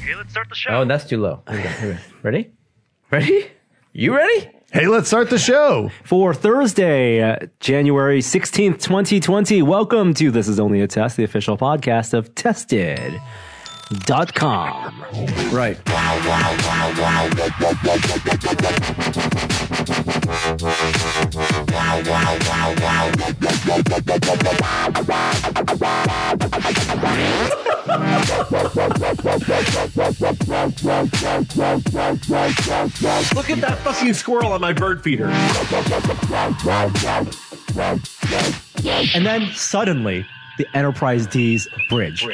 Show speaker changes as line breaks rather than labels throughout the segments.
Okay, let's start the show.
Oh, that's too low. Here we go, here we go. Ready? Ready? You ready?
Hey, let's start the show.
for Thursday, uh, January 16th, 2020. Welcome to This Is Only a Test, the official podcast of Tested.com.
Right.
Look at that fucking squirrel on my bird feeder.
And then suddenly, the Enterprise D's bridge.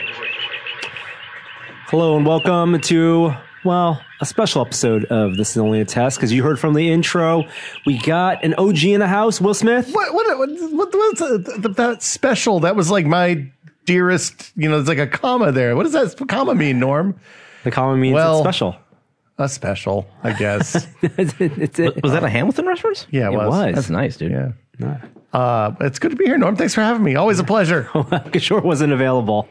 Hello and welcome to, well, a special episode of This Is Only a Test, because you heard from the intro. We got an OG in the house, Will Smith.
What what what, what was that, that special? That was like my dearest. You know, there's like a comma there. What does that comma mean, Norm?
The column means
Well-
it's special.
A special, I guess.
It's- it's- it-
Was that a Hamilton reference?
Yeah, it
It
was.
That's nice, dude.
Yeah. Uh, it's good to be here, Norm. Thanks for having me. Always a pleasure. Oh,
Kishore wasn't available.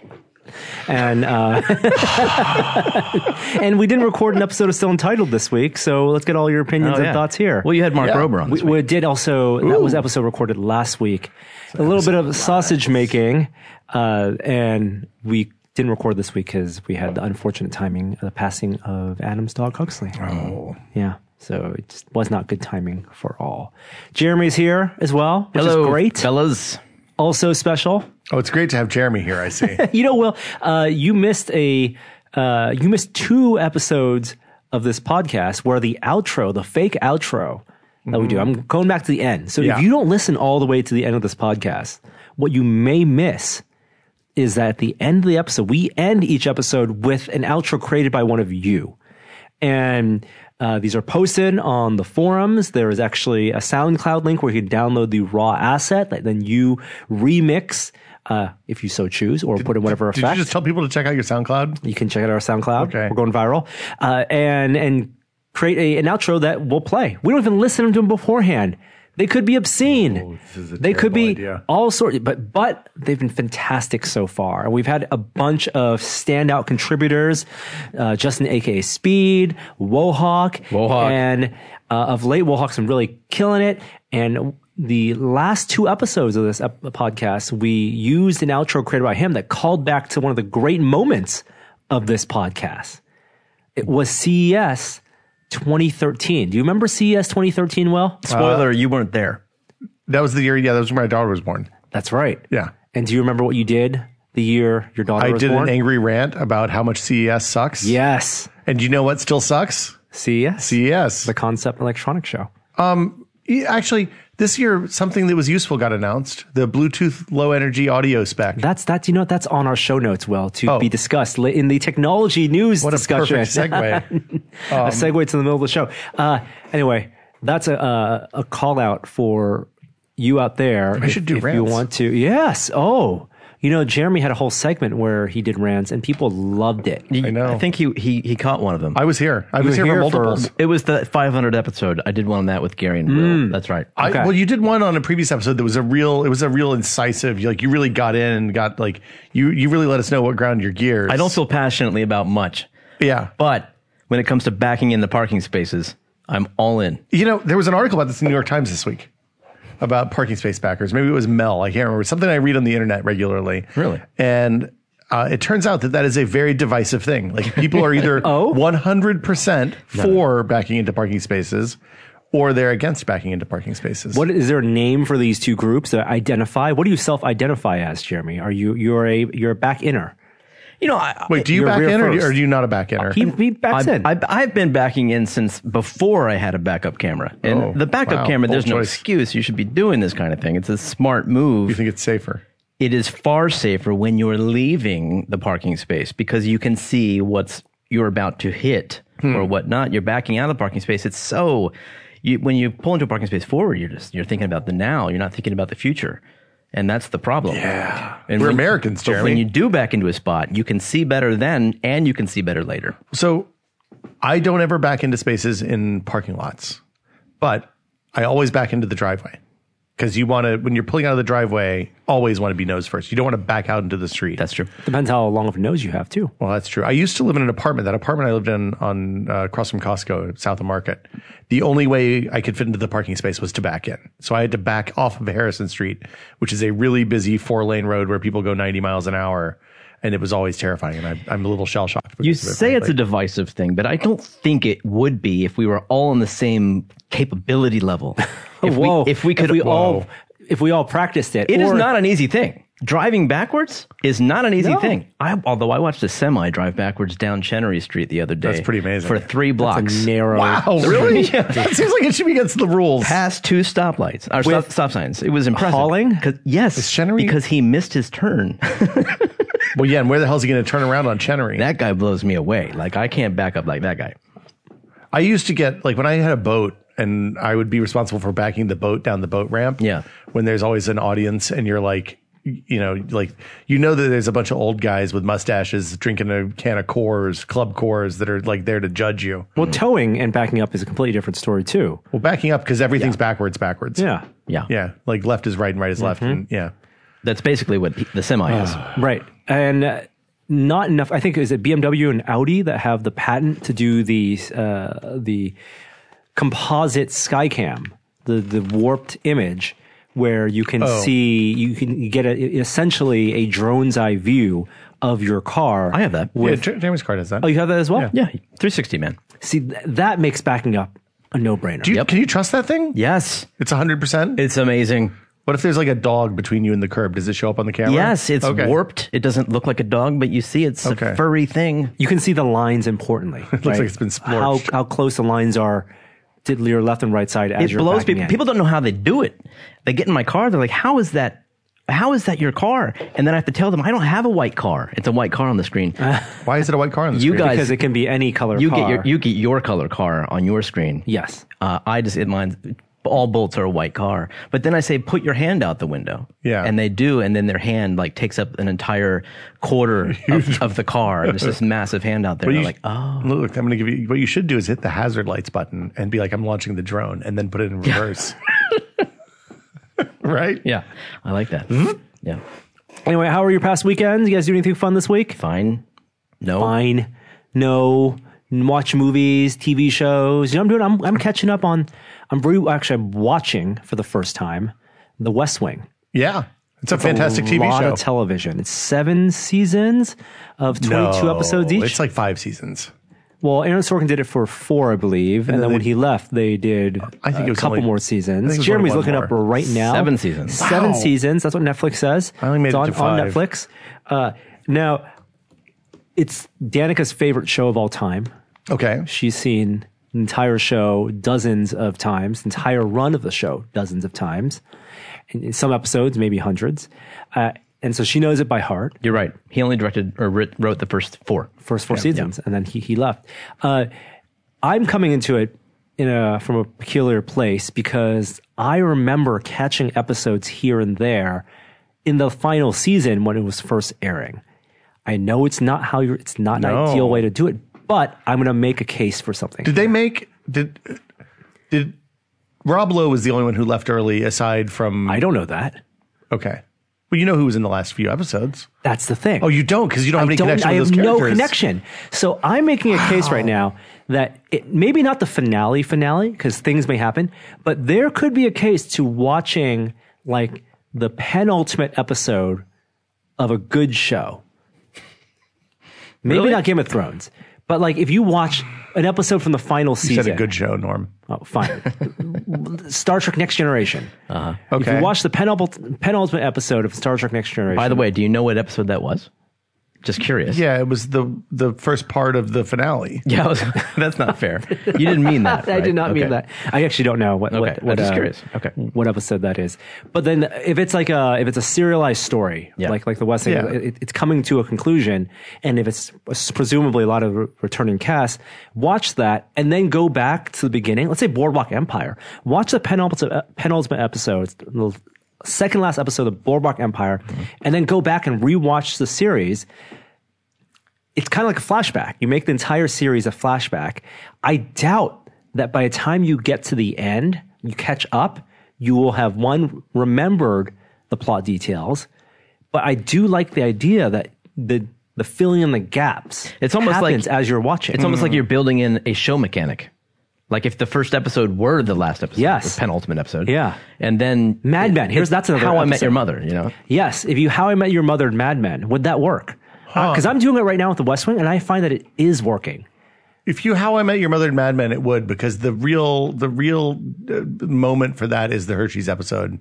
And uh, and we didn't record an episode of Still Entitled this week, so let's get all your opinions
Oh,
and
yeah.
thoughts here.
Well, you had Mark
Yeah.
Rober on
we,
this
we did also that was episode recorded last week. a little bit of sausage making, uh, and we didn't record this week because we had the unfortunate timing of the passing of Adam's dog Huxley. Oh, yeah. So it just was not good timing for all. Jeremy's here as well, which
Hello,
is great.
fellas.
Also special.
Oh, it's great to have Jeremy here. I see.
You know, Will, uh, you missed a uh, you missed two episodes of this podcast where the outro, the fake outro that we do. I'm going back to the end. So
Yeah.
if you don't listen all the way to the end of this podcast, what you may miss is that at the end of the episode, we end each episode with an outro created by one of you. And uh, these are posted on the forums. There is actually a SoundCloud link where you can download the raw asset that then you remix uh, if you so choose or put in whatever
Did you
effect.
just tell people to check out your SoundCloud?
You can check out our SoundCloud.
Okay.
We're going viral. Uh, and and create a, an outro that we'll play. We don't even listen to them beforehand. They could be obscene.
Oh,
they could be
idea.
all sorts, but but they've been fantastic so far. And We've had a bunch of standout contributors, uh, Justin aka Speed, Wohawk,
Wohawk.
and uh, of late Wohawk's been really killing it. And the last two episodes of this ep- podcast, we used an outro created by him that called back to one of the great moments of this podcast. It was E CES 2013. Do you remember E CES 2013? Well,
Spoiler, you weren't there.
That was the year. Yeah, that was when my daughter was born.
that's right.
Yeah.
And do you remember what you did the year your daughter
I
was
did
born?
an angry rant about how much CES sucks.
yes.
And you know what still sucks? E
CES.
CES.
The Concept Electronics Show.
Yeah, Actually, this year something that was useful got announced: the Bluetooth Low Energy Audio Spec.
That's that. You know what? That's on our show notes, Will, to
Oh.
be discussed li- in the technology news
what a
discussion.
perfect segue! Um,
a segue to the middle of the show. Uh, anyway, that's a, a a call out for you out there. I
should do
if you
rants.
want to. Yes. Oh, you know, Jeremy had a whole segment where he did rants, and people loved it.
I
know.
I think he, he, he caught one of them.
I was here. I was here,
were
for
here for-
multiples.
it was the 500 episode. I did one on that with Gary and Will. That's right.
I,
Okay.
well, you did one on a previous episode that was a real. It was a real incisive. you- Like you really got in and got like you. You really let us know what ground your gears.
I don't feel passionately about much,
Yeah,
but when it comes to backing in the parking spaces, I'm all in.
you know there was an article about this in the New York Times this week about parking space backers. Maybe it was Mel. I can't remember. Something I read on the internet regularly.
Really?
And uh, it turns out that that is a very divisive thing. Like people are either
Oh?
one hundred percent for backing into parking spaces, or they're against backing into parking spaces.
What is there a name for these two groups that identify? What do you self-identify as, Jeremy? Are you you're a you're a back inner?
You know, I,
Wait, do you
You're
back
real
in, or, do-
first.
or do you not a back inner?
He, he backs
I've,
in.
I've, I've been backing in since before I had a backup camera. And
Oh,
the backup
wow.
camera,
Bold
there's no
choice.
excuse. You should be doing this kind of thing. It's a smart move.
you think it's safer?
it is far safer when you're leaving the parking space because you can see what's you're about to hit
Hmm.
or whatnot. You're backing out of the parking space. It's so you, when you pull into a parking space forward, you're just you're thinking about the now. You're not thinking about the future, and that's the problem. Yeah, and
We're
when-
Americans,
But
Jeremy.
when you do back into a spot, you can see better then, and you can see better later.
So I don't ever back into spaces in parking lots, but I always back into the driveway. because you want to when you're pulling out of the driveway, always want to be nose first. You don't want to back out into the street.
That's true.
Depends how long of a nose you have too.
Well, that's true. I used to live in an apartment. That apartment I lived in on uh, across from Costco, south of Market. The only way I could fit into the parking space was to back in. So I had to back off of Harrison Street, which is a really busy four lane road where people go 90 miles an hour. And it was always terrifying. And I, I'm a little shell shocked.
You say it's a divisive thing, but I don't think it would be if we were all on the same capability level. If
whoa!
we if we could
all if we all practiced it,
It is
or-
not an easy thing. Driving backwards is not an easy
No.
thing. I, although I watched a semi drive backwards down Chenery Street the other day.
That's pretty amazing.
For three blocks.
It's a narrow.
Wow, Oh, really? That seems like it should be against the rules.
past two stoplights or stop, stop signs. It was impressive.
hauling?
'Cause- Yes.
Chenery-
Because he missed his turn.
Well, yeah, and where the hell is he going to turn around on Chenery?
that guy blows me away. Like, I can't back up like that guy.
I used to get like when I had a boat and I would be responsible for backing the boat down the boat ramp.
Yeah.
When there's always an audience and you're like, you know, like you know that there's a bunch of old guys with mustaches drinking a can of Coors, Club Coors, that are like there to judge you.
Well, towing and backing up is a completely different story too.
Well, backing up because everything's backwards, backwards.
Yeah.
Yeah.
Yeah. Mm-hmm. Like left is right and right is left. And yeah.
That's basically what he- the semi is.
Right. And uh, not enough. I think is it BMW and Audi that have the patent to do the uh, the composite skycam, the the warped image where you can
Oh.
see you can get a, essentially a drone's eye view of your car.
I have that.
With, yeah Jeremy's car does that.
Oh, you have that as well.
Yeah. 360, man.
See, th- that makes backing up a no-brainer.
Do you, Can you trust that thing?
Yes.
It's 100%.
It's amazing.
what if there's like a dog between you and the curb? Does it show up on the camera?
Yes. It's
Okay.
warped. It doesn't look like a dog, but you see it's
Okay.
a furry thing.
you can see the lines importantly. it
like it's been
How,
splorched.
how close the lines are to your left and right side as
it
you're
blows
backing
people.
in.
People don't know how they do it. They get in my car. They're like, "How is that? How is that your car?" And then I have to tell them, "I don't have a white car. It's a white car on the screen.
Why is it a white car on the
You
screen?
guys-
because it can be any color
you
car.
get your you get your color car on your screen.
yes.
Uh, I just it mine. All bolts are a white car, but then I say, "Put your hand out the window."
Yeah.
and they do, and then their hand like takes up an entire quarter of, of the car. There's this massive hand out there.
But
They're
you-
like, "Oh."
Look, I'm going to give you what you should do is hit the hazard lights button and be like, I'm launching the drone and then put it in reverse. right?
Yeah, I like that.
Hmm?
Yeah,
Anyway, how were your past weekends? You guys do anything fun this week?
fine. No,
Fine. No. Watch movies, TV shows. You know what I'm doing? I'm, I'm catching up on. I'm re- actually I'm watching for the first time The West Wing.
Yeah. It's a fantastic
a
TV
lot
show.
of television. It's seven seasons of 22
No,
episodes each.
It's like five seasons.
Well, Aaron Sorkin did it for four, I believe, and, then
then
when
they-
he left, they did
I think
a
it was
couple
only-
more
I think it
seasons.
was
Jeremy's
only one
looking up
more.
right now.
Seven seasons.
Seven
Wow.
seasons. That's what Netflix says.
I only made
it's
it
on,
to
on
five.
Netflix. Uh, now, it's Danica's favorite show of all time.
Okay.
She's seen an entire show dozens of times, entire run of the show dozens of times, and in some episodes, maybe hundreds. Uh, and so she knows it by heart.
you're right. He only directed or writ, wrote the first four.
first four seasons, and then he he left. Uh, I'm coming into it in a from a peculiar place because I remember catching episodes here and there in the final season when it was first airing. I know it's not how you're, it's not an
No.
ideal way to do it, but I'm going to make a case for something.
Did they make did did Rob Lowe was the only one who left early aside from
I don't know that.
Okay. Well, you know who was in the last few episodes.
That's the thing.
Oh, you don't because you don't have any
don't-
connection
I
with
have
those characters.
no connection. So I'm making a case right now that it, maybe not the finale finale because things may happen, but there could be a case to watching like the penultimate episode of a good show. Maybe
Really?
not Game of Thrones, but like if you watch an episode from the final
You
season,
said a good show, Norm.
oh, fine. Star Trek Next Generation. If
Uh-huh. Okay.
you watch the penultimate, penultimate episode of Star Trek Next Generation,
By the way, do you know what episode that was? Just curious.
yeah, it was the the first part of the finale.
Yeah, I was- that's not fair. You didn't mean that.
I did
right?
not
Okay.
mean that. I actually don't know what.
Okay,
What,
I'm
what,
just curious. Okay.
What episode that is? But then, if it's like a if it's a serialized story,
Yeah.
like like the West End,
Yeah.
it, it's coming to a conclusion, and if it's presumably a lot of re- returning cast, watch that, and then go back to the beginning. Let's say Boardwalk Empire. Watch the penultimate penultimate episode. the Second last episode of Boardwalk Empire,
Mm-hmm.
and then go back and rewatch the series it's kind of like a flashback. You make the entire series a flashback. I doubt that by the time you get to the end, you catch up, you will have one remembered the plot details, but I do like the idea that the the filling in the gaps
It's almost like-
happens as you're watching.
It's almost like you're building in a show mechanic. Like if the first episode were the last episode,
Yes.
the penultimate episode,
Yeah.
and then
Mad Men. Here's- that's another
how I met
episode.
your mother. You know,
Yes, if you How I Met Your Mother and Mad Men, would that work? Because I'm doing it right now with The West Wing, and I find that it is working.
If you How I Met Your Mother and Mad Men, it would because the real the real uh, moment for that is the Hershey's episode.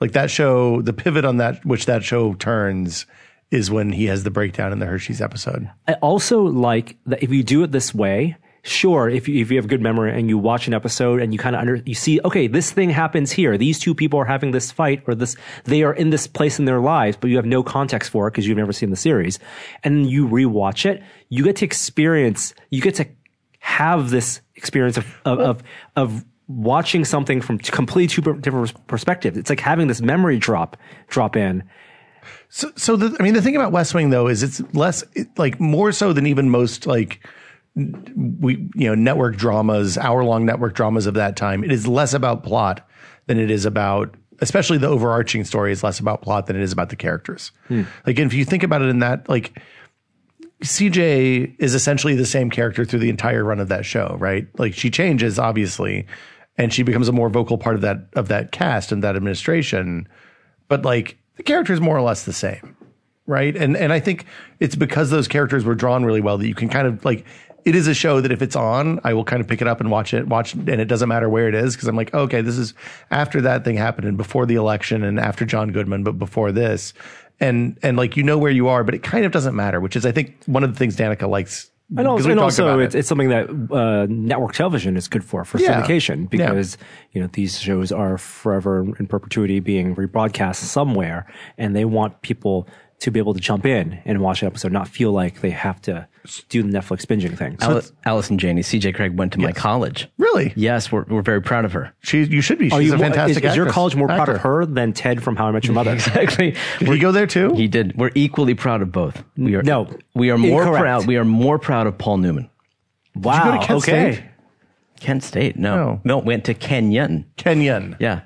Like that show, the pivot on that which that show turns is when he has the breakdown in the Hershey's episode.
I also like that if you do it this way. Sure, if you if you have good memory and you watch an episode and you kind of under you see, okay, this thing happens here. These two people are having this fight, or this they are in this place in their lives, but you have no context for it because you've never seen the series, and you rewatch it, you get to experience, you get to have this experience of of of, of watching something from completely two per- different perspectives. It's like having this memory drop drop in.
So, so the, I mean, the thing about West Wing though is it's less it, like more so than even most like n- we you know network dramas, hour long network dramas of that time. It is less about plot than it is about, especially the overarching story is less about plot than it is about the characters. Like if you think about it in that like. CJ is essentially the same character through the entire run of that show, right? Like she changes obviously, and she becomes a more vocal part of that of that cast and that administration but like the character is more or less the same right and and i think it's because those characters were drawn really well that you can kind of like it is a show that if it's on i will kind of pick it up and watch it watch and it doesn't matter where it is because i'm like okay this is after that thing happened and before the election and after john goodman but before this and and like you know where you are but it kind of doesn't matter which is i think one of the things danica likes
And
'cause
also,
we
and
talked
also
about
it's,
it.
it's something that uh, network television is good for for
Yeah.
syndication
Yeah.
because you know these shows are forever in perpetuity being rebroadcast somewhere, and they want people to be able to jump in and watch an episode, not feel like they have to do the Netflix binging thing.
Al- Alice and Janie, C.J. Craig went to my college.
really
Yes, we're we're very proud of her.
she you should be she's
Are you
a
more-
fantastic
is, is your
actress-
college more proud of
actor.
her than Ted from How I Met Your Mother?
Exactly.
did you go there too
He did. We're equally proud of both. We are
No,
We are more
incorrect.
proud. We are more proud of Paul Newman.
Wow.
go to Kent
okay.
State?
Kent State. No,
No.
no, went to Kenyon.
kenyon
Yeah.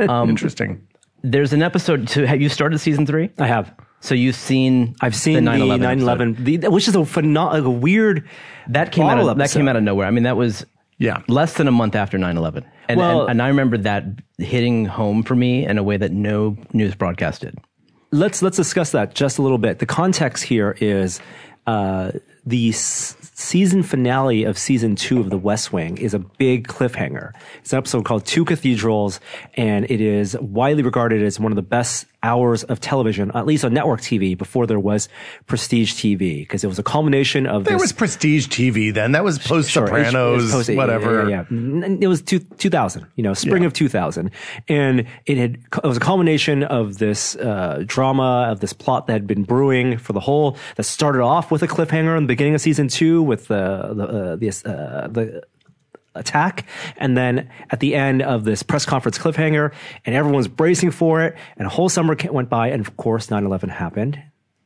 Um,
interesting
There's an episode. So have you started season three?
I have.
So you've seen
I've seen the
9/11
9/11,
episode.
the- which is a phenom- like a weird
that came out
bottle
of, that
episode.
came out of nowhere. I mean, that was
Yeah.
less than a month after 9-11. And,
Well-
and and I remember that hitting home for me in a way that no news broadcast did.
let's let's discuss that just a little bit. The context here is uh, the s- season finale of season two of The West Wing is a big cliffhanger. It's an episode called Two Cathedrals, and it is widely regarded as one of the best hours of television, at least on network TV, before there was prestige TV, because it was a culmination of
There
this.
was prestige TV then. That was post
Sure, it was- it was
Sopranos,
post- yeah,
whatever.
Yeah, yeah. N- It was two, 2000, you know, spring of 2000. And it had, it was a culmination of this uh, drama, of this plot that had been brewing for the whole, that started off with a cliffhanger in the beginning of season two with the, the, uh, this, uh, the, attack and then at the end of this press conference cliffhanger and everyone's bracing for it and a whole summer ca- went by and of course 9-11 happened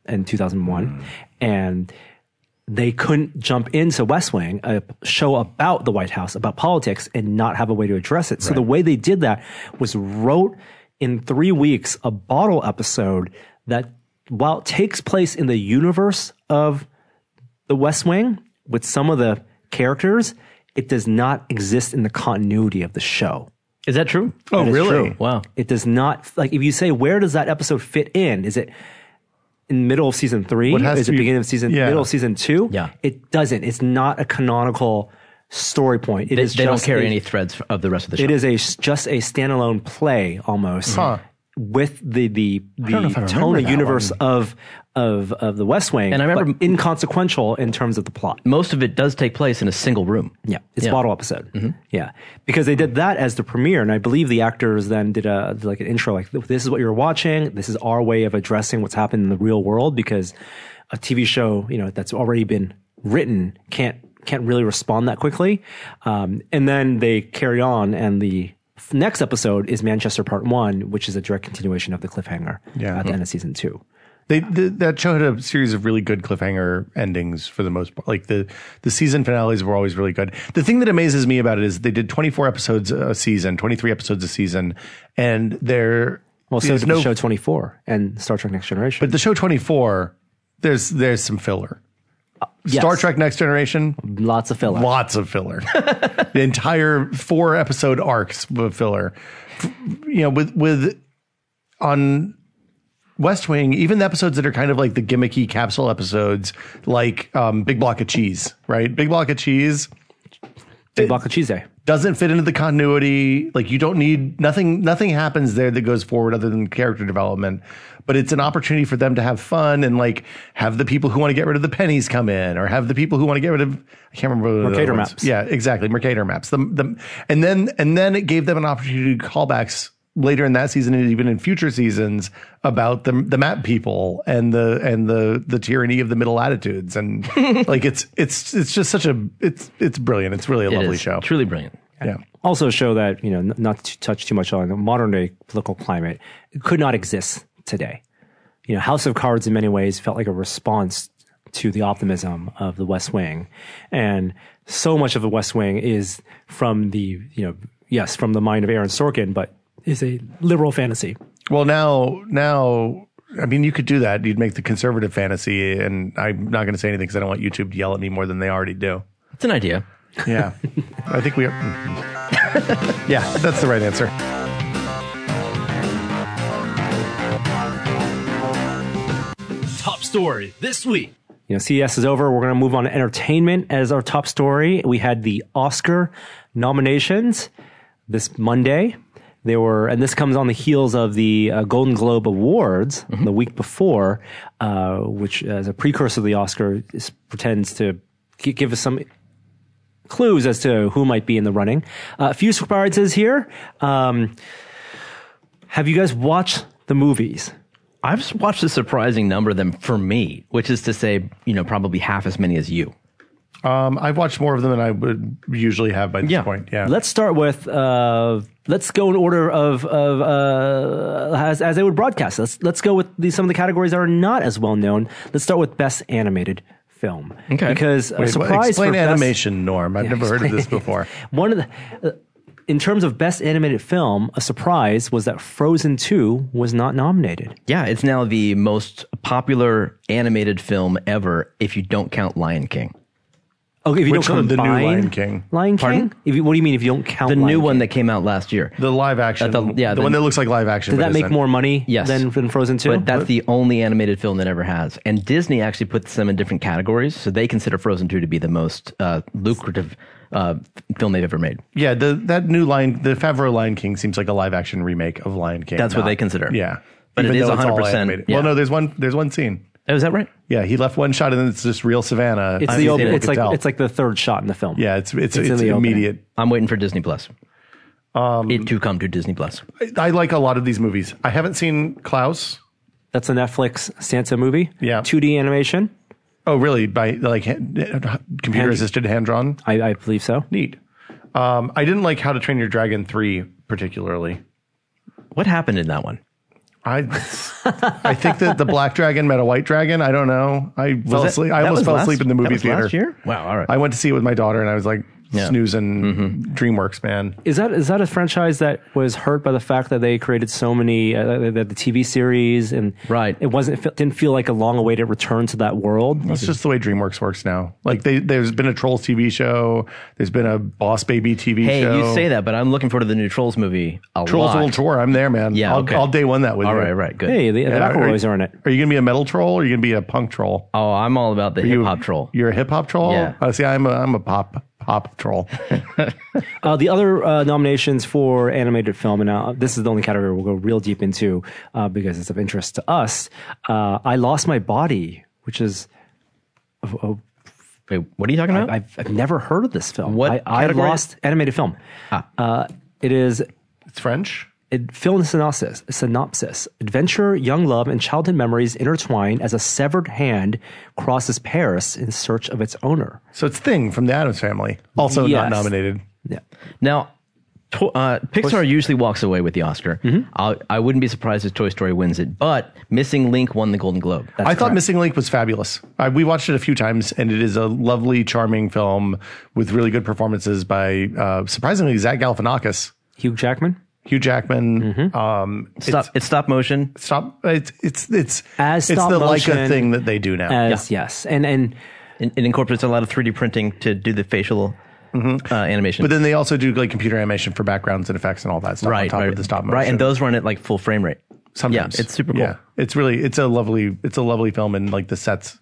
in 2001 and they couldn't jump into West Wing, a show about the White House, about politics, and not have a way to address it. So the way they did that was wrote in three weeks a bottle episode that, while it takes place in the universe of the West Wing with some of the characters, it does not exist in the continuity of the show.
Is that true?
Oh, really?
Wow.
It does not like if you say where does that episode fit in? Is it in middle of season three?
What has
is
to
it
be-
beginning of season
yeah.
middle of season two?
Yeah.
It doesn't. It's not a canonical story point. It
They,
is
they don't
just
carry
a-
any threads of the rest of the show.
It is a s- just a standalone play almost
Huh.
with the the
don't know
the
if I remember
tone and
that
universe of of of the West Wing.
And I remember-
but inconsequential in terms of the plot.
Most of it does take place in a single room.
Yeah, Mm-hmm. it's a bottle episode. Yeah, because they did that as the premiere, and I believe the actors then did a did like an intro, like this is what you're watching. This is our way of addressing what's happened in the real world because a TV show, you know, that's already been written can't can't really respond that quickly. Um, and then they carry on, and the f- next episode is Manchester Part One, which is a direct continuation of the cliffhanger
Yeah.
at the end of season two.
They the, that show had a series of really good cliffhanger endings for the most part. Like the the season finales were always really good. The thing that amazes me about it is they did 24 episodes a season, 23 episodes a season, and they're
Well, so
there's
did
no
the show 24 and Star Trek Next Generation.
but the show 24 there's there's some filler.
Uh, Yes.
Star Trek Next Generation
lots of filler.
lots of filler. the entire four episode arcs of filler. F- You know, with with on West Wing, even the episodes that are kind of like the gimmicky capsule episodes, like um, Big Block of Cheese, right? Big Block of Cheese
Big Block of Tuesday.
doesn't fit into the continuity. Like you don't need nothing. Nothing happens there that goes forward other than character development. But it's an opportunity for them to have fun and like have the people who want to get rid of the pennies come in, or have the people who want to get rid of I can't remember what the
Mercator
other ones-
maps.
Yeah, exactly. Mercator maps. The, the and then and then it gave them an opportunity to do callbacks later in that season and even in future seasons about the the map people and the and the the tyranny of the middle latitudes and like it's it's it's just such a it's it's brilliant. It's really a
It
lovely
is
show.
Truly brilliant.
Yeah.
Also show that, you know, n- not to touch too much on the modern day political climate, it could not exist today. You know, House of Cards in many ways felt like a response to the optimism of the West Wing. And so much of the West Wing is from the, you know, yes, from the mind of Aaron Sorkin, but is a liberal fantasy.
Well, now, now, I mean, you could do that. You'd make the conservative fantasy, and I'm not going to say anything because I don't want YouTube to yell at me more than they already do.
It's an idea.
Yeah, I think we are. yeah, that's the right answer.
Top story this week.
You know, CES is over. We're going to move on to entertainment as our top story. We had the Oscar nominations this Monday. They were, and this comes on the heels of the uh, Golden Globe Awards
Mm-hmm.
the week before, uh, which, as a precursor to the Oscar, is, pretends to gi- give us some clues as to who might be in the running. Uh, a few surprises here. Um, have you guys watched the movies?
I've s- watched a surprising number of them for me, which is to say, you know, probably half as many as you.
Um, I've watched more of them than I would usually have by this
Yeah.
point. Yeah,
Let's start with uh, let's go in order of of uh, as as they would broadcast. Let's let's go with the, some of the categories that are not as well known. Let's start with best animated film.
Okay.
Because a
Wait,
surprise
explain
for best-
animation, Norm. I've never heard of this before.
one of the. Uh, in terms of best animated film, a surprise was that Frozen 2 was not nominated.
Yeah, it's now the most popular animated film ever if you don't count Lion King.
Okay, if you
Which
don't
one? The new
combine-
Lion King.
Lion
Pardon?
King? If you, what do you mean if you don't count
The
Lion
new
King?
one that came out last year.
The live action,
Uh, the- yeah,
the,
the-
one that looks like live action.
Did
but
that make
isn't.
more money
Yes.
than, than Frozen 2?
But that's the only animated film that ever has. And Disney actually puts them in different categories, so they consider Frozen 2 to be the most uh, lucrative uh, film they've ever made.
Yeah, the that new line, the Favreau Lion King seems like a live action remake of Lion King.
That's what
Not-
they consider.
Yeah,
But it
Even
is
though it's all
100%,
animated.
yeah.
Well, no, there's one. There's one scene.
Oh, is that right?
Yeah, he left one shot and then it's just real Savannah.
it's
I
the
mean,
old,
people
it's
could
like
tell.
it's like the third shot in the film.
yeah, it's it's
in
it's,
the opening.
immediate.
I'm waiting for Disney Plus.
Um,
it to come to Disney Plus.
I, I like a lot of these movies. I haven't seen Klaus.
That's a Netflix Santa movie.
Yeah.
2D animation.
Oh, really? By like computer assisted hand drawn.
I, I believe so.
Neat. Um, I didn't like How to Train Your Dragon three particularly.
What happened in that one?
I I think that the black dragon met a white dragon. I don't know. I fell
that-
asleep.
that
I almost
was
fell
last-
asleep in the
that
movie
was
theater.
last year? Wow, all right.
I went to see it with my daughter, and I was like
Yeah.
snoozing DreamWorks, man.
Is that is that a franchise that was hurt by the fact that they created so many uh, that the TV series and
Right.
It wasn't it didn't feel like a long awaited return to that world.
That's just the way DreamWorks works now. Like they, there's been a Trolls TV show. There's been a Boss Baby TV
Hey,
show.
you say that, but I'm looking forward to the new Trolls movie a
Trolls
lot.
World Tour. I'm there, man.
Yeah,
I'll,
okay.
I'll day one that with
All
you.
right, right, good.
Hey, the, the
Yeah,
McElroys
are,
are in it.
Are you gonna be a metal troll or are you gonna be a punk troll?
Oh, I'm all about the hip hop troll.
You're a hip hop troll.
Yeah.
Uh, see, I'm a I'm a pop pop troll.
Uh, the other uh, nominations for animated film, and uh, this is the only category we'll go real deep into uh, because it's of interest to us. Uh, I lost my body, which is
Wait, what are you talking about?
I've, I've never heard of this film.
What
I, I
category? Ah.
lost animated film. Uh, it is
it's French.
it, film synopsis, synopsis. Adventure, young love, and childhood memories intertwine as a severed hand crosses Paris in search of its owner.
So it's Thing from the Adams Family. Also
Yes.
not nominated.
Yeah.
now, to, uh, Pixar usually walks away with the Oscar.
Mm-hmm.
I'll- I wouldn't be surprised if Toy Story wins it, but Missing Link won the Golden Globe.
I thought Missing Link was fabulous. I, we watched it a few times, and it is a lovely, charming film with really good performances by uh, surprisingly Zach Galifianakis,
Hugh Jackman
Hugh Jackman.
Mm-hmm.
Um,
stop, it's, stop motion.
It's, stop. It's it's it's
As
it's
stop
the Leica
motion
thing that they do now.
as yes, and and
It, it incorporates a lot of 3D printing to do the facial uh, animation.
Mm-hmm. but then they also do like computer animation for backgrounds and effects and all that stuff on
right,
top
right,
of the stop motion.
right, and those run at like full frame rate.
sometimes
yeah, it's super cool.
Yeah, it's really it's a lovely it's a lovely film, and like the sets.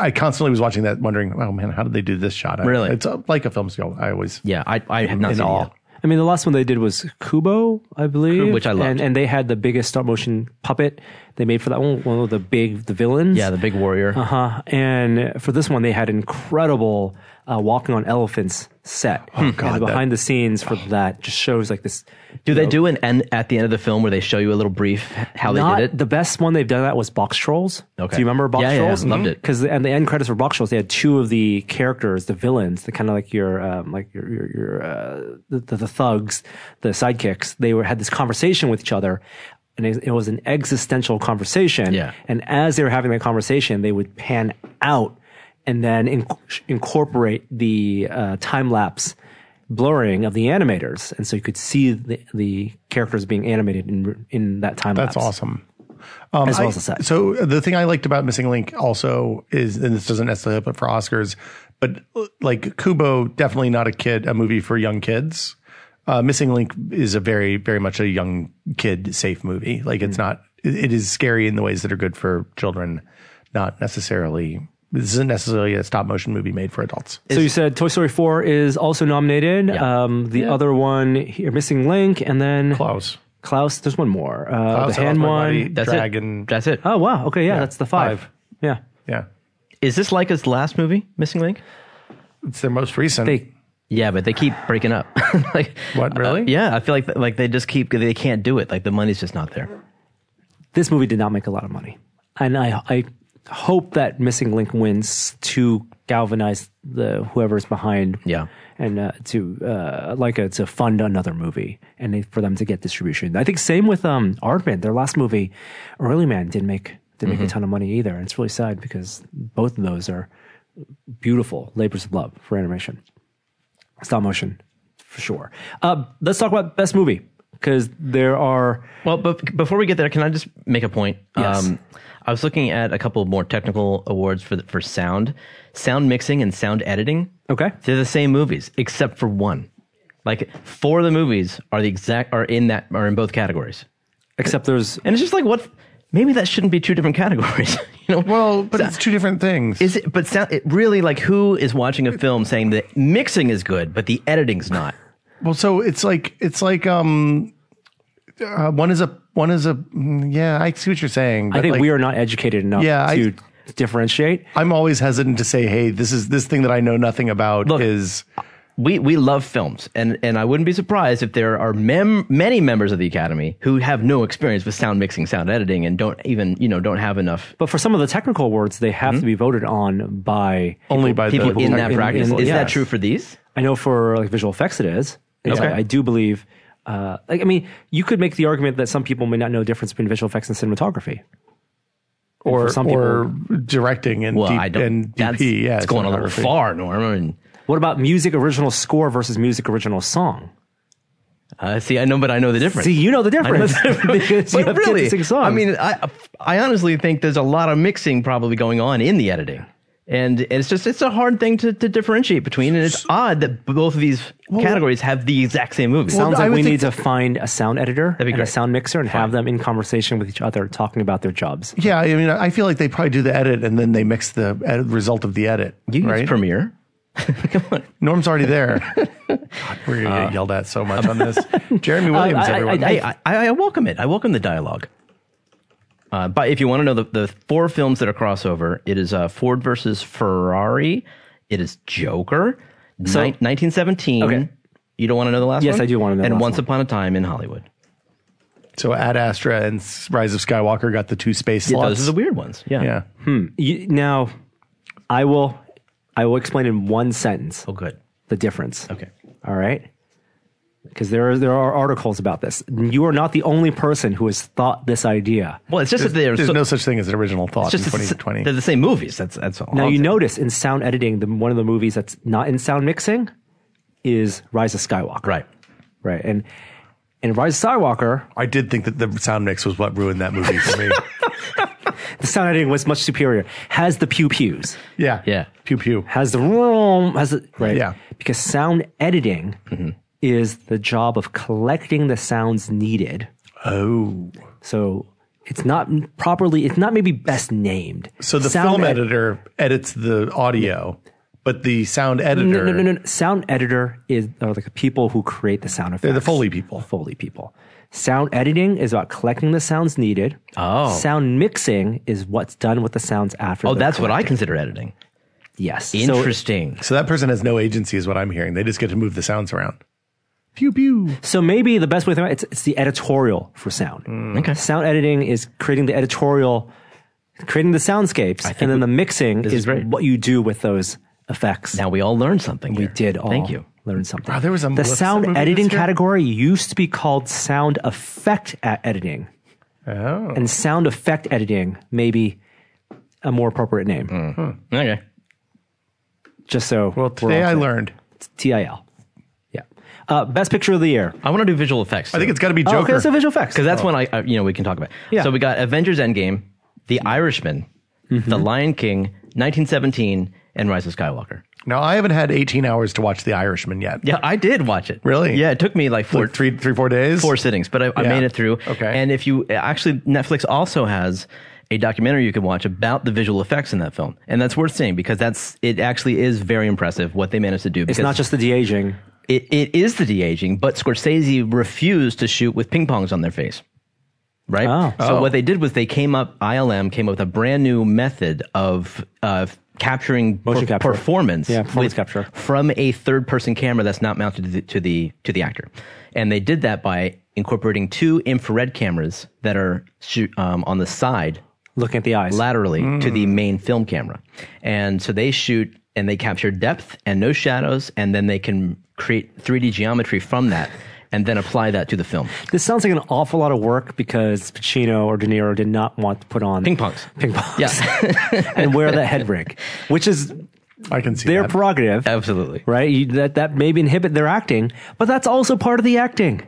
I constantly was watching that, wondering, "Oh man, how did they do this shot?" I-
Really?
it's uh, like a film skill. I always
Yeah, I, I have not
in
seen
awe.
it. Yet.
I mean, the last one they did was Kubo, I believe,
Which I loved.
and, and they had the biggest stop motion puppet they made for that one, one of the big the villains.
Yeah, the big warrior.
Uh-huh.
Uh huh. And for this one, they had incredible uh, walking on elephants set. Oh
God,
the behind the scenes for that just shows like this.
Do they do an end at the end of the film where they show you a little brief how they
Not
did it?
the best one they've done that was Box Trolls.
Okay.
Do you remember Box
Yeah, yeah, yeah.
Trolls?
Loved it.
Because and the end credits for Box Trolls, they had two of the characters, the villains, the kind of like your um, like your your, your uh, the, the the thugs, the sidekicks. They were had this conversation with each other. And it it was an existential conversation.
Yeah.
And as they were having that conversation, they would pan out and then inc- incorporate the uh, time lapse blurring of the animators, and so you could see the, the characters being animated in in that time
That's
lapse.
awesome. Um,
As well
I-
as the set.
So the thing I liked about Missing Link also is, and this doesn't necessarily help it for Oscars, but uh, like Kubo, definitely not a kid, a movie for young kids. Uh, Missing Link is a very, very much a young kid safe movie. Like
Hmm.
it's not, it, it is scary in the ways that are good for children, not necessarily. This isn't necessarily a stop motion movie made for adults.
So you said Toy Story 4 is also nominated. Um, the other one here, Missing Link, and then
Klaus.
Klaus. There's one more. Uh,
Klaus,
the
I Lost
hand
My
one.
Body,
That's
Dragon.
it. That's it.
Oh, wow. Okay. Yeah, that's the five.
five.
Yeah.
Yeah.
Is this Leica's last movie, Missing Link?
It's their most recent.
They,
Yeah, but they keep breaking up. like,
What, really?
uh, yeah, I feel like like they just keep they can't do it. Like the money's just not there.
this movie did not make a lot of money. And I, I hope that Missing Link wins to galvanize the whoever's behind.
Yeah.
And uh, to uh, like uh to fund another movie and they, for them to get distribution. I think same with um, Aardman. Their last movie, Early Man, didn't make didn't make a ton of money either. And it's really sad because both of those are beautiful labors of love for animation, stop motion, for sure. Uh, let's talk about best movie because there are
Well, but before we get there, can I just make a point? Um,
Yes.
I was looking at a couple of more technical awards for the, for sound, sound mixing, and sound editing.
okay.
They're the same movies except for one. Like four of the movies are the exact are in that are in both categories,
Except there's
and it's just like what? Maybe that shouldn't be two different categories. you know?
well, but
So-
it's two different things.
Is it? But sound, it really like who is watching a film saying that mixing is good, but the editing's not.
Well, so it's like it's like um, uh, one is a one is a mm, yeah. I see what you're saying.
I
but,
think
like,
we are not educated enough
Yeah, I-
to differentiate.
I'm always hesitant to say, hey, this is this thing that I know nothing about
Look,
is
We we love films, and and I wouldn't be surprised if there are mem- many members of the Academy who have no experience with sound mixing, sound editing, and don't even you know don't have enough
But for some of the technical awards, they have to be voted on by.
only by
people
the
in that
in-
practice.
in-
is that
yes.
true for these?
I know for like visual effects, it is. It's-
Okay.
I, I do believe. Uh, like I mean, you could make the argument that some people may not know the difference between visual effects and cinematography. And
or
for some
or
people,
directing and
Well,
D-
I don't.
and
that's,
DP. Yeah,
it's going a little
cinematography.
far, Norm. I mean,
what about music original score versus music original song?
uh, see, I know, but I know the difference.
See, you know the
I know
difference
the difference.
because you
but
have kids
really,
to sing songs.
I mean, I I honestly think there's a lot of mixing probably going on in the editing. And it's just it's a hard thing to, to differentiate between, and it's odd that both of these categories have the exact same movie.
sounds
I
like
would
we
think
need to find a sound editor
be
and a
great.
sound mixer and have them in conversation with each other, talking about their jobs.
Yeah, I mean, I feel like they probably do the edit and then they mix the edit, result of the edit.
you use
right?
Premiere. Come on.
Norm's already there. God, we're gonna get yelled at so much on this. Jeremy Williams,
I- I-
everyone.
Hey, Uh, I, I, I welcome it. I welcome the dialogue. Uh, but if you want to know the, the four films that are crossover, it is uh, Ford versus Ferrari. It is Joker,
So-
ni- 1917.
Okay.
You don't want to know the last
Yes,
one?
I do wanna know the
And
last
Once
one.
Upon a Time in Hollywood.
so Ad Astra and S- Rise of Skywalker got the two space
Yeah,
slots.
those are the weird ones. Yeah.
yeah.
You, now, I will, I will explain in one sentence
Oh, good.
the difference.
Okay.
All right. because there are, there are articles about this. You are not the only person who has thought this idea.
Well, it's just that they're
There's
so,
no such thing as an original thought
it's
in
just that it's-
2020.
They're the same movies. That's that's all.
Now
I'll
you
say.
notice in sound editing, the, one of the movies that's not in sound mixing is Rise of Skywalker,
right? Oh,
Right, and and Rise of Skywalker,
I did think that the sound mix was what ruined that movie for me.
the sound editing was much superior. Has the pew pews,
yeah.
Yeah.
Pew pew.
has the room, has the right,
Yeah. Mm-hmm.
because sound editing is the job of collecting the sounds needed.
Oh.
So it's not properly, it's not maybe best named.
So the
Sound
film
ed-
editor edits the audio, but the sound
No,
editor.
no, no, no, no. Sound editor is are like the people who create the sound effects. They're
the Foley people.
Foley people. Sound editing is about collecting the sounds needed.
Oh.
Sound mixing is what's done with the sounds after.
Oh, that's what I consider editing.
Yes. So-
Interesting.
So that person has no agency, is what I'm hearing. They just get to move the sounds around. Pew pew.
So maybe the best way to think about it, it's, it's the editorial for sound.
Hmm. Okay.
Sound editing is creating the editorial, creating the soundscapes, and then the mixing
is
is
great.
what you do with those effects.
now we all learned something.
we
here.
did all
Thank you.
learn something.
there was a
the
Maleficent
sound
movie
editing
this year?
category used to be called sound effect e- editing. Oh. And sound effect editing may be a more appropriate name.
Hmm. Okay.
Just so
Well, today I learned.
TIL. Yeah. Uh, best picture of the year.
I want to do visual effects.
I think it's got to be
Oh, okay,
Joker.
that's the visual effects.
because that's when I, I you know we can talk about.
Yeah.
So we got Avengers Endgame, The Irishman, The Lion King, 1917, and Rise of Skywalker.
now I haven't had 18 hours to watch The Irishman yet.
Yeah, I did watch it.
Really?
Yeah, it took me like four
Like three, three, four days.
four sittings, but I, I
Yeah.
made it through.
Okay.
And if you actually, Netflix also has a documentary you can watch about the visual effects in that film, and that's worth seeing because that's it. Actually, is very impressive what they managed to do.
It's not just the de aging.
it, it is the de aging, but Scorsese refused to shoot with ping pongs on their face. Right.
Oh.
So what they did was they came up. ILM came up with a brand new method of of capturing
Motion capture.
performance.
Yeah, performance
with-
capture.
from a third person camera that's not mounted to the, to the to the actor, and they did that by incorporating two infrared cameras that are shoot, um, on the side
Looking at the eyes.
laterally to
Mm.
the main film camera. And so they shoot and they capture depth and no shadows, and then they can create 3D geometry from that and then apply that to the film.
This sounds like an awful lot of work because Pacino or De Niro did not want to put on
Ping pongs.
Ping pongs.
Yeah.
and wear that head rig, which is
I can see
their
that.
prerogative.
Absolutely.
right? You, that that maybe inhibit their acting, but that's also part of the acting.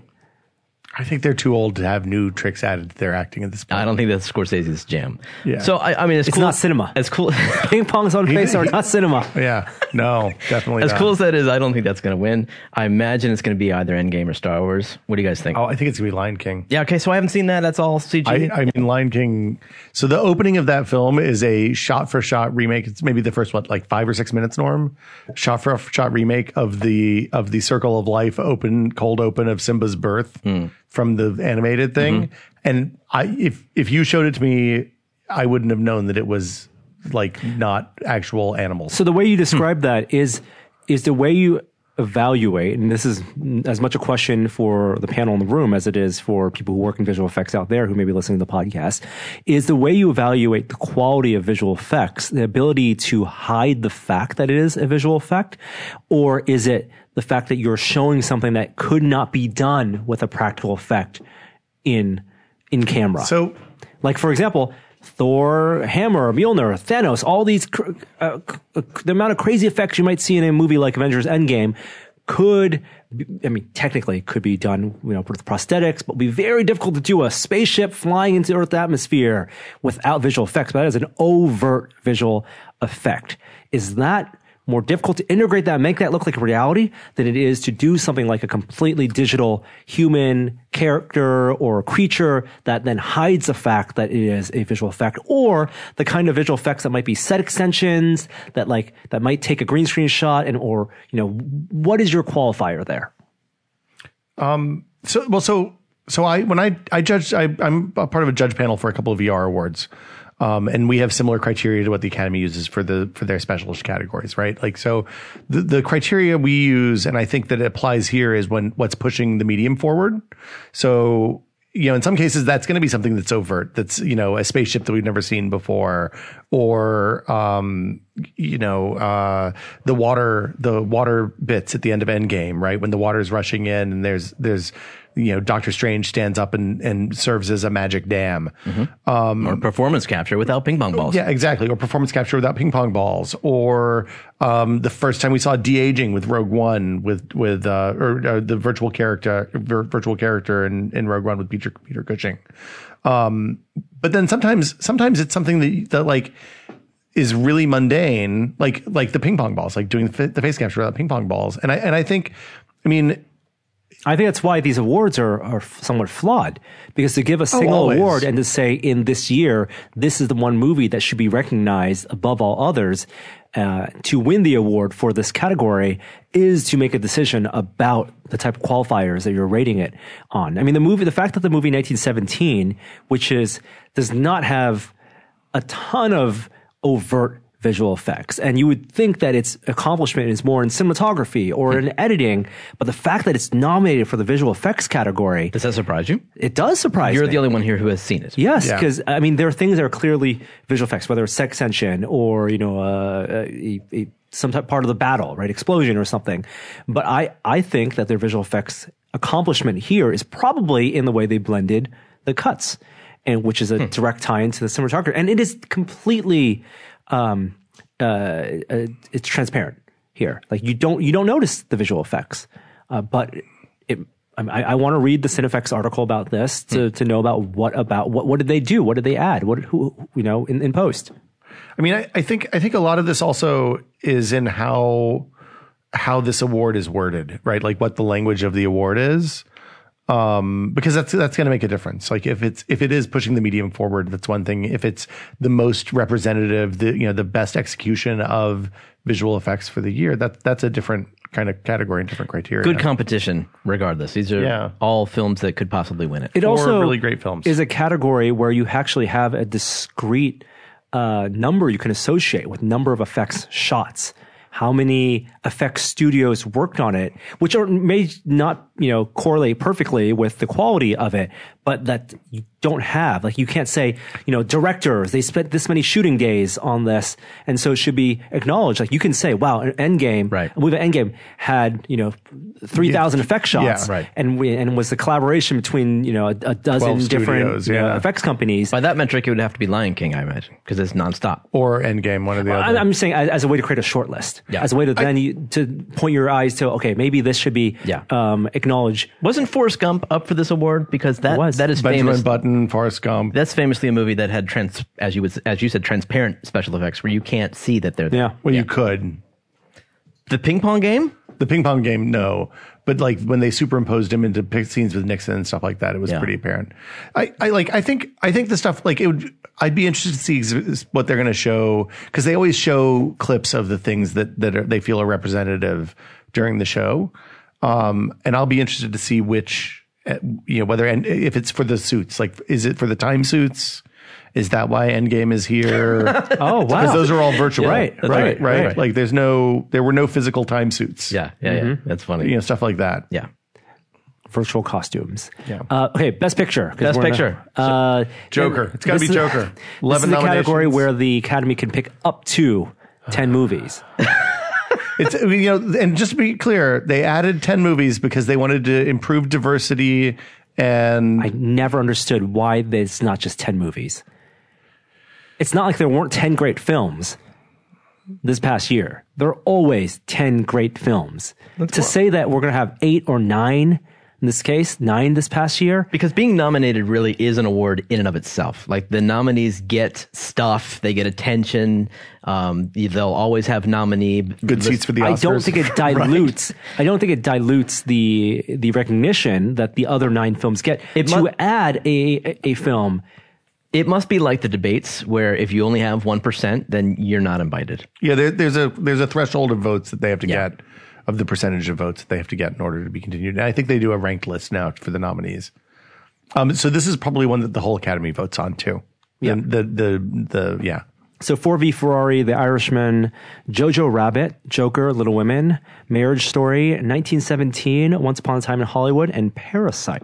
I think they're too old to have new tricks added to their acting at this point.
I don't think that's Scorsese's jam.
Yeah.
So I, I mean, it's,
It's
cool-
not cinema.
As cool,
Ping pongs on face are not cinema.
Yeah. No, definitely
as
not.
cool as that is, I don't think that's going to win. I imagine it's going to be either Endgame or Star Wars. What do you guys think?
Oh, I think it's going to be Lion King.
Yeah. Okay. So I haven't seen that. That's all CG.
I, I mean, Lion King. So the opening of that film is a shot-for-shot remake. It's maybe the first what, like five or six minutes, Norm. Shot-for-shot remake of the of the Circle of Life open, cold open of Simba's birth from the animated thing. And I, if if you showed it to me, I wouldn't have known that it was like not actual animals.
So the way you describe that is is the way you evaluate, and this is as much a question for the panel in the room as it is for people who work in visual effects out there who may be listening to the podcast, is the way you evaluate the quality of visual effects, the ability to hide the fact that it is a visual effect, or is it the fact that you're showing something that could not be done with a practical effect in in camera?
So
Like for example, Thor, Hammer, Mjolnir, Thanos, all these cr- uh, c- uh, the amount of crazy effects you might see in a movie like Avengers Endgame could be, I mean technically could be done, you know, with prosthetics, but would be very difficult to do a spaceship flying into Earth's atmosphere without visual effects. But that is an overt visual effect. Is that more difficult to integrate that and make that look like reality than it is to do something like a completely digital human character or creature that then hides the fact that it is a visual effect or the kind of visual effects that might be set extensions that like that might take a green screen shot and or you know what is your qualifier there
so well so so i when i i judged I, i'm a part of a judge panel for a couple of vr awards um, and we have similar criteria to what the academy uses for the for their specialist categories right like so the, the criteria we use and i think that it applies here is when what's pushing the medium forward so you know, in some cases, that's going to be something that's overt. That's you know, a spaceship that we've never seen before, or um, you know, uh, the water, the water bits at the end of Endgame, right when the water is rushing in, and there's there's you know, Doctor Strange stands up and and serves as a magic dam.
or performance capture without ping pong balls.
Yeah, exactly. Or performance capture without ping pong balls. Or um, the first time we saw de aging with Rogue One with with uh, or uh, the virtual character vir- virtual character in, in Rogue One with Peter Peter Cushing. Um, but then sometimes sometimes it's something that that like is really mundane, like like the ping pong balls, like doing the, fa- the face capture without ping pong balls. And I and I think, I mean,
I think that's why these awards are, are somewhat flawed because to give a single
always.
award and to say in this year, this is the one movie that should be recognized above all others uh, to win the award for this category is to make a decision about the type of qualifiers that you're rating it on. I mean, the movie, the fact that the movie 1917, which is, does not have a ton of overt visual effects. And you would think that its accomplishment is more in cinematography or in editing, but the fact that it's nominated for the visual effects category,
Does that surprise you?
it does surprise
You're
me.
the only one here who has seen it.
Yes,
Yeah.
because I mean there are things that are clearly visual effects, whether it's sex tension or you know uh, a, a, some type part of the battle, right, explosion or something. But I I think that their visual effects accomplishment here is probably in the way they blended the cuts, and which is a direct tie into the cinematographer, and it is completely um, uh, uh, it's transparent here. Like you don't you don't notice the visual effects, uh, but it. I, I want to read the Cinefex article about this to, to know about what about what what did they do? What did they add? What who you know in, in post?
I mean, I, I think I think a lot of this also is in how how this award is worded, right? Like what the language of the award is, um, because that's that's going to make a difference. Like if it's if it is pushing the medium forward, that's one thing. If it's the most representative, the you know the best execution of visual effects for the year, that that's a different kind of category and different criteria.
Good competition, regardless. These are
Yeah.
all films that could possibly win it.
It also
really great films.
is a category where you actually have a discrete uh, number you can associate with number of effects shots. How many effects studios worked on it, which are, may not you know correlate perfectly with the quality of it, but that you don't have. Like you can't say you know directors they spent this many shooting days on this, and so it should be acknowledged. Like you can say, wow, Endgame,
Right.
I believe Endgame had you know three thousand effect shots,
Yeah, right.
and we, and was the collaboration between you know a, a dozen
12
different
studios,
you know,
yeah.
effects companies.
By that metric, it would have to be Lion King, I imagine, because it's nonstop.
or Endgame, one of the
I-
other.
I'm saying as, as a way to create a short list,
Yeah.
as a way to then you, to point your eyes to okay, maybe this should be
Yeah.
um, acknowledged.
Wasn't Forrest Gump up for this award? Because that
was.
that is
Benjamin
famous.
Button, Forrest Gump.
That's famously a movie that had trans, as you would, as you said, transparent special effects where you can't see that they're there.
Yeah,
well, you could.
The ping pong game.
the ping pong game, no. But like when they superimposed him into pic- scenes with Nixon and stuff like that, it was
Yeah.
pretty apparent. I, I like I think I think the stuff like it would I'd be interested to see ex- what they're going to show because they always show clips of the things that that are, they feel are representative during the show, um, and I'll be interested to see which uh, you know whether and if it's for the suits like is it for the time suits. Is that why Endgame is here?
Oh, wow.
Because those are all virtual,
right,
right,
that's
right,
right,
right,
right.
Like there's no, there were no physical time suits
Yeah, yeah, yeah. That's funny.
you
Mm-hmm. Yeah.
know stuff like that.
virtual costumes.
Yeah.
Uh, okay, best picture. 'cause
Best
we're in a-
picture.
uh,
Joker. It's gotta
this
be
is-
Joker.
This is
11
the category
nominations.
where the Academy can pick up to ten movies.
It's I mean, you know, and just to be clear, they added ten movies because they wanted to improve diversity and
I never understood why there's not just 10 movies. It's not like there weren't 10 great films this past year. There are always 10 great films. to say that we're going to have eight or nine, in this case, nine this past year,
Because being nominated really is an award in and of itself. Like the nominees get stuff, they get attention. Um, they'll always have nominee.
good seats for the
I
Oscars.
don't think it dilutes. I don't think it dilutes the the recognition that the other nine films get.
It
to
mu-
add a a film,
It must be like the debates where if you only have one percent, then you're not invited.
yeah, there, there's a there's a threshold of votes that they have to
Yeah.
get of the percentage of votes that they have to get in order to be continued. And I think they do a ranked list now for the nominees. Um, so this is probably one that the whole Academy votes on too.
Yeah.
The, the the the yeah.
So 4v Ferrari, The Irishman, Jojo Rabbit, Joker, Little Women, Marriage Story, 1917, Once Upon a Time in Hollywood, and Parasite.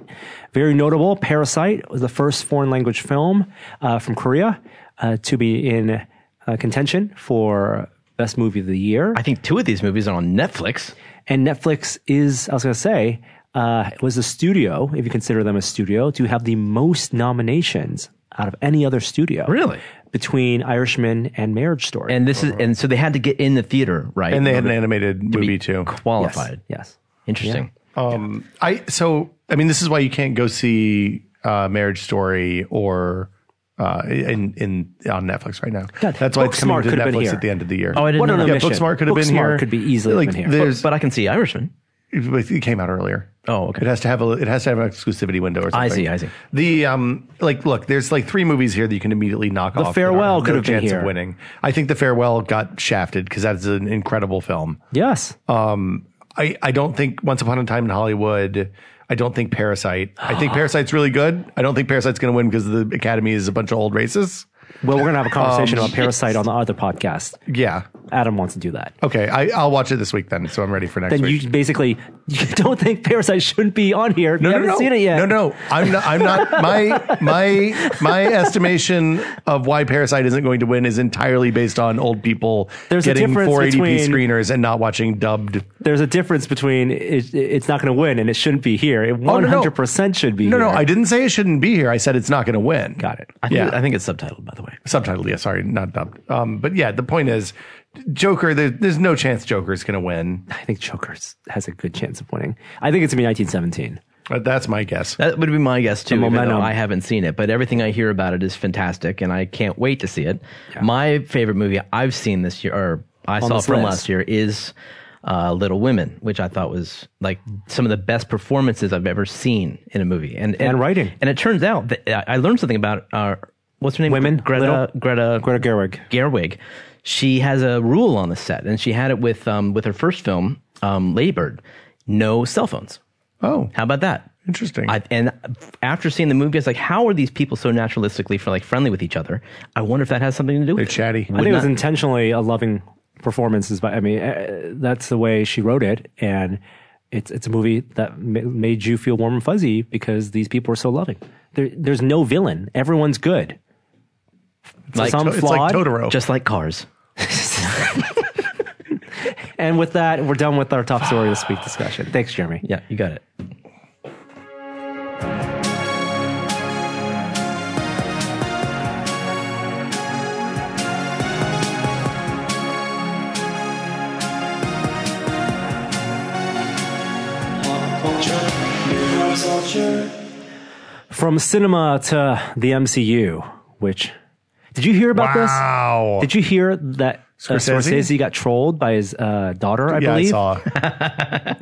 Very notable, Parasite was the first foreign language film uh, from Korea uh, to be in uh, contention for Best Movie of the Year.
I think two of these movies are on Netflix.
And Netflix is, I was going to say, uh, was the studio, if you consider them a studio, to have the most nominations out of any other studio.
Really?
Between Irishman and Marriage Story.
And this is and so they had to get in the theater, right?
Uh-huh. and they had an
In
animated
order to be
movie too.
yes.
Qualified.
Yes.
Interesting.
Um, I so I mean, this is why you can't go see uh, Marriage Story or uh, in in on Netflix right now.
God,
That's why it's coming
Booksmart
to
could have been
Netflix
here.
at the end of the year.
Oh, I didn't
What
know
an
that.
yeah,
omission.
Booksmart could have been
Booksmart
here.
could be easily
like,
been here.
There's,
But I can see Irishman.
it it came out earlier.
Oh, okay.
It has to have a it has to have an exclusivity window or something.
I see, I see.
The um like look, there's like three movies here that you can immediately knock off. that are-
Farewell
no
could have been
chance
here.
of winning. I think the farewell got shafted because that's an incredible film.
Yes.
I, I don't think Once Upon a Time in Hollywood. I don't think Parasite. I think Parasite's really good. I don't think Parasite's going to win because the Academy is a bunch of old racists.
well, we're going to have a conversation
Um,
about Parasite on the other podcast.
Yeah.
Adam wants to do that.
Okay. I, I'll watch it this week then. So I'm ready for next
Then
week.
you basically you don't think Parasite shouldn't be on here. if you haven't
no,
seen it yet.
no, no. I'm not. I'm not. My my my estimation of why Parasite isn't going to win is entirely based on old people
There's a
getting
difference
480p
between-
screeners and not watching dubbed
There's a difference between it, it's not going to win and it shouldn't be here. It
Oh, no, no.
100% should be
No,
here.
no, I didn't say it shouldn't be here. I said it's not going to win.
Got it.
I think,
Yeah.
I think it's subtitled, by the way.
Subtitled, yeah, sorry, not dubbed. Um, but yeah, the point is, Joker. There, there's no chance Joker's going to win.
I think Joker has a good chance of winning. I think it's gonna be 1917.
Uh, That's my guess.
That would be my guess too. even though
momentum.
I haven't seen it, but everything I hear about it is fantastic, and I can't wait to see it. My favorite movie I've seen this year, or I saw
this
from
list.
last year, is uh, Little Women, which I thought was like some of the best performances I've ever seen in a movie, and
And writing.
And it turns out that uh, I I learned something about our what's her name,
Women,
Greta, Greta,
Greta Gerwig.
Gerwig, she has a rule on the set, and she had it with um, with her first film, um, Ladybird, no cell phones.
Oh,
How about that?
Interesting.
I, and after seeing the movie, I was like, "How are these people so naturalistically for like friendly with each other?" I wonder if that has something to do with
they're
it.
chatty.
I think it was
not-
intentionally a loving performance. Is by I mean uh, that's the way she wrote it, and it's it's a movie that ma- made you feel warm and fuzzy because these people are so loving. There, there's no villain. Everyone's good.
Like-
some
it's like
flawed.
Totoro.
Just like cars.
and with that, we're done with our top story this week discussion. Thanks, Jeremy.
Yeah, you got it.
From cinema to the MCU, which did you hear about this?
wow.
Did you hear that uh,
Scorsese?
Scorsese got trolled by his uh, daughter? I
yeah,
believe.
I saw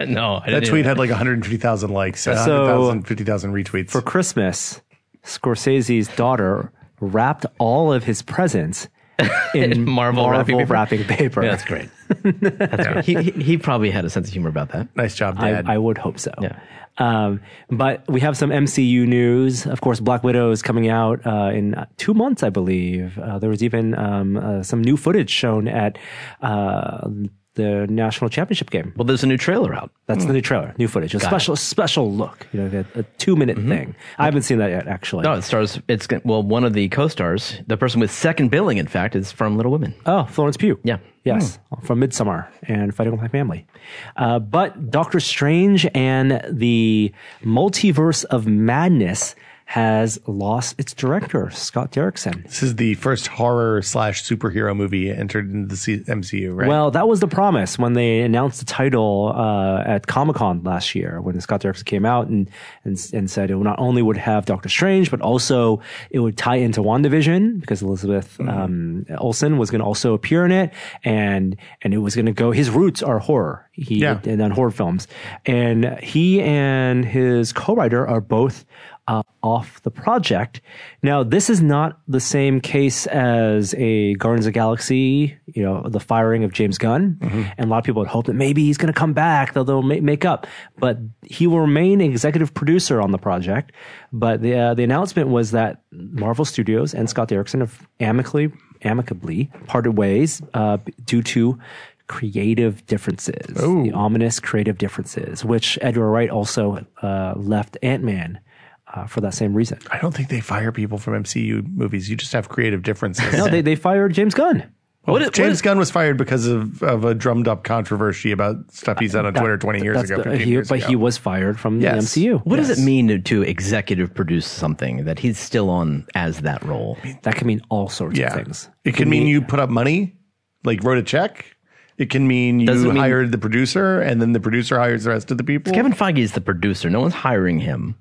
No, I
that
didn't
tweet had like 150,000 likes, and
So-
100,000, 50,000 retweets.
For Christmas, Scorsese's daughter wrapped all of his presents in
Marvel wrapping paper.
wrapping paper.
Yeah, that's great. That's great. He, he he probably had a sense of humor about that.
nice job, Dad.
I, I would hope so.
Yeah.
Um, but we have some MCU news. Of course, Black Widow is coming out uh, in uh, two months, I believe. Uh, there was even um, uh, some new footage shown at uh, the national championship game.
Well, there's a new trailer out.
That's the new trailer, new footage, a special, special look. You know, that- a two-minute
Mm-hmm.
thing. I haven't seen that yet, actually.
No, it stars. It's gon- well, one of the co-stars, the person with second billing, in fact, is from Little Women.
Oh, Florence Pugh.
Yeah.
Yes, from Midsummer and Fighting with My Family. Uh, but Doctor Strange and the Multiverse of Madness has lost its director, Scott Derrickson.
this is the first horror slash superhero movie entered into the C- MCU, right?
Well, that was the promise when they announced the title uh, at Comic Con last year, when Scott Derrickson came out and, and and said it not only would have Doctor Strange, but also it would tie into WandaVision because Elizabeth um, Olsen was going to also appear in it, and and it was going to go. His roots are horror. He
Yeah.
and on horror films, and he and his co-writer are both uh, off the project. Now, this is not the same case as a Guardians of the Galaxy, you know, the firing of James Gunn. And a lot of people had hoped that maybe he's going to come back, they'll, they'll ma- make up. But he will remain executive producer on the project. But the, uh, the announcement was that Marvel Studios and Scott Derrickson have amicably, amicably parted ways uh, due to creative differences, the ominous creative differences, which Edgar Wright also uh, left Ant Man uh, for that same reason.
I don't think they fire people from MCU movies. You just have creative differences.
No, they, they fired James Gunn.
Well,
What is- what
James
is-
Gunn was fired because of, of a drummed up controversy about stuff he said on Twitter 20 years
That's
ago.
the-
15
he-
years
but
ago.
he was fired from
Yes.
the MCU.
What does it mean to, to executive produce something that he's still on as that role?
That can mean all sorts
yeah.
of things.
It can mean you put up money, like wrote a check. It can mean you
Doesn't mean-
hired the producer and then the producer hires the rest of the people.
Kevin Feige is the producer. No one's hiring him.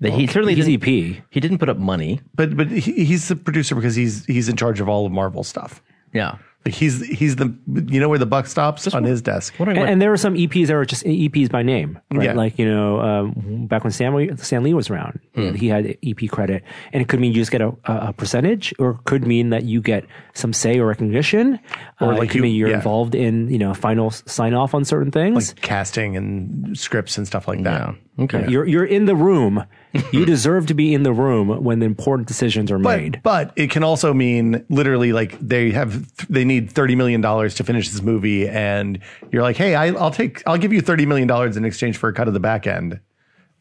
That he certainly
He's
didn't,
EP.
he didn't put up money.
but but he, he's the producer because he's he's in charge of all of Marvel stuff.
Yeah.
Like he's he's the you know where the buck stops on his desk.
Wondering
And,
what-
and there were some EPs that were just EPs by name, right?
Yeah.
Like you know, um, back when Stan Lee, Stan Lee was around,
Hmm.
he had EP credit, and it could mean you just get a, a a percentage, or it could mean that you get some say or recognition, or
like
it could
you-
mean you're
yeah.
involved in you know final sign off on certain things.
casting and scripts and stuff like that.
okay.
You're you're in the room. you deserve to be in the room when the important decisions are made.
But, but it can also mean literally like they have they need thirty million dollars to finish this movie, and you're like, hey, I, I'll take I'll give you thirty million dollars in exchange for a cut of the back end,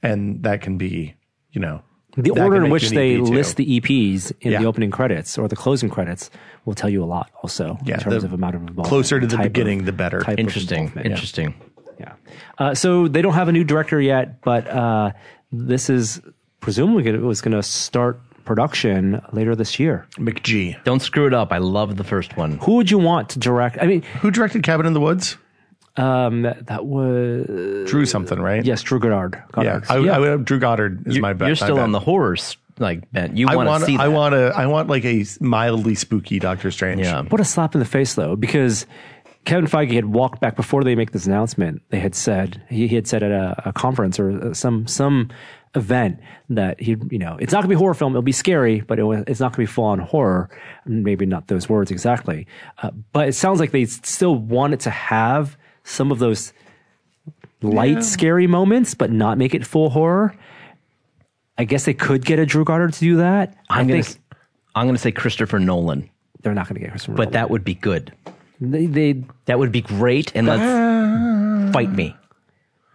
and that can be you know
The
that can
order in
make
which
an
they
EP too.
list the EPs in
Yeah.
the opening credits or the closing credits will tell you a lot also
Yeah,
in terms
the
of amount of involvement.
closer to the
type of-
beginning, the better.
type of
Interesting.
involvement, yeah.
Interesting.
Yeah. Uh, so they don't have a new director yet, but uh, this is presumably gonna, was going to start production later this year.
McG,
Don't screw it up. I love the first one.
Who would you want to direct? I mean,
who directed Cabin in the Woods,
um, that, that was
drew something, right?
yes, Drew Goddard.
yeah.
Goddard.
I, I would- Drew Goddard is my bet.
You're
my
still
bet.
on the horrors like bent. You
I
want
want.
to see that.
I want a. I want like a mildly spooky Doctor Strange.
yeah.
What a slap in the face, though, because Kevin Feige had walked back before they make this announcement. They had said he, he had said at a, a conference or uh, some some event that he you know it's not gonna be a horror film. It'll be scary, but it, wa- it's not gonna be full on horror. Maybe not those words exactly, uh, but it sounds like they s- still wanted to have some of those light scary moments, but not make it full horror. I guess they could get a Drew Goddard to do that. I
I'm gonna.
think
s- I'm gonna say Christopher Nolan,
they're not going to get Christopher.
but
Nolan.
that would be good.
they, they
That would be great. And let's
Ah.
fight me.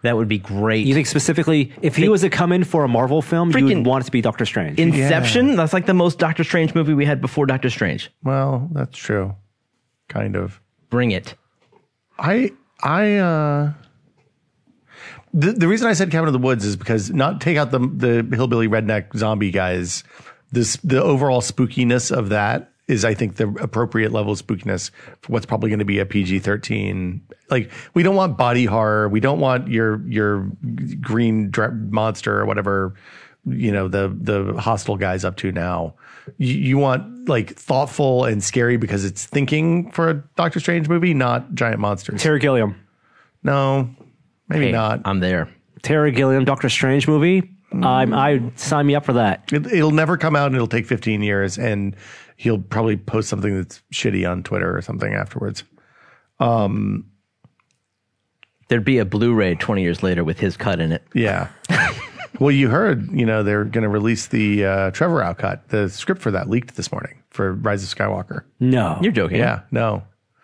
That would be great.
You think specifically if he was to come in for a Marvel film, you
Freaking-
would want it to be Doctor Strange.
Inception? That's like the most Doctor Strange movie we had before Doctor Strange.
Well, that's true. Kind of.
Bring it.
I I uh the the reason I said Cabin in the Woods is because not take out the the hillbilly redneck zombie guys. This the overall spookiness of that is I think the appropriate level of spookiness for what's probably going to be a PG thirteen. Like we don't want body horror. We don't want your your green dra- monster or whatever you know the the hostile guys up to now. You, you want like thoughtful and scary because it's thinking for a Doctor Strange movie, not giant monsters.
Terry Gilliam,
No, maybe
Hey,
not.
I'm there.
Terry Gilliam, Doctor Strange movie. I'm I sign me up for that.
It, it'll never come out, and it'll take 15 years, and he'll probably post something that's shitty on Twitter or something afterwards.
There'd be a Blu-ray 20 years later with his cut in it.
Yeah. well, you heard, you know, they're going to release the uh, Trevor outcut. The script for that leaked this morning for Rise of Skywalker.
No,
You're joking.
Yeah, no.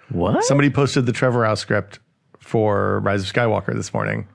What?
Somebody posted the Trevor Out script for Rise of Skywalker this morning.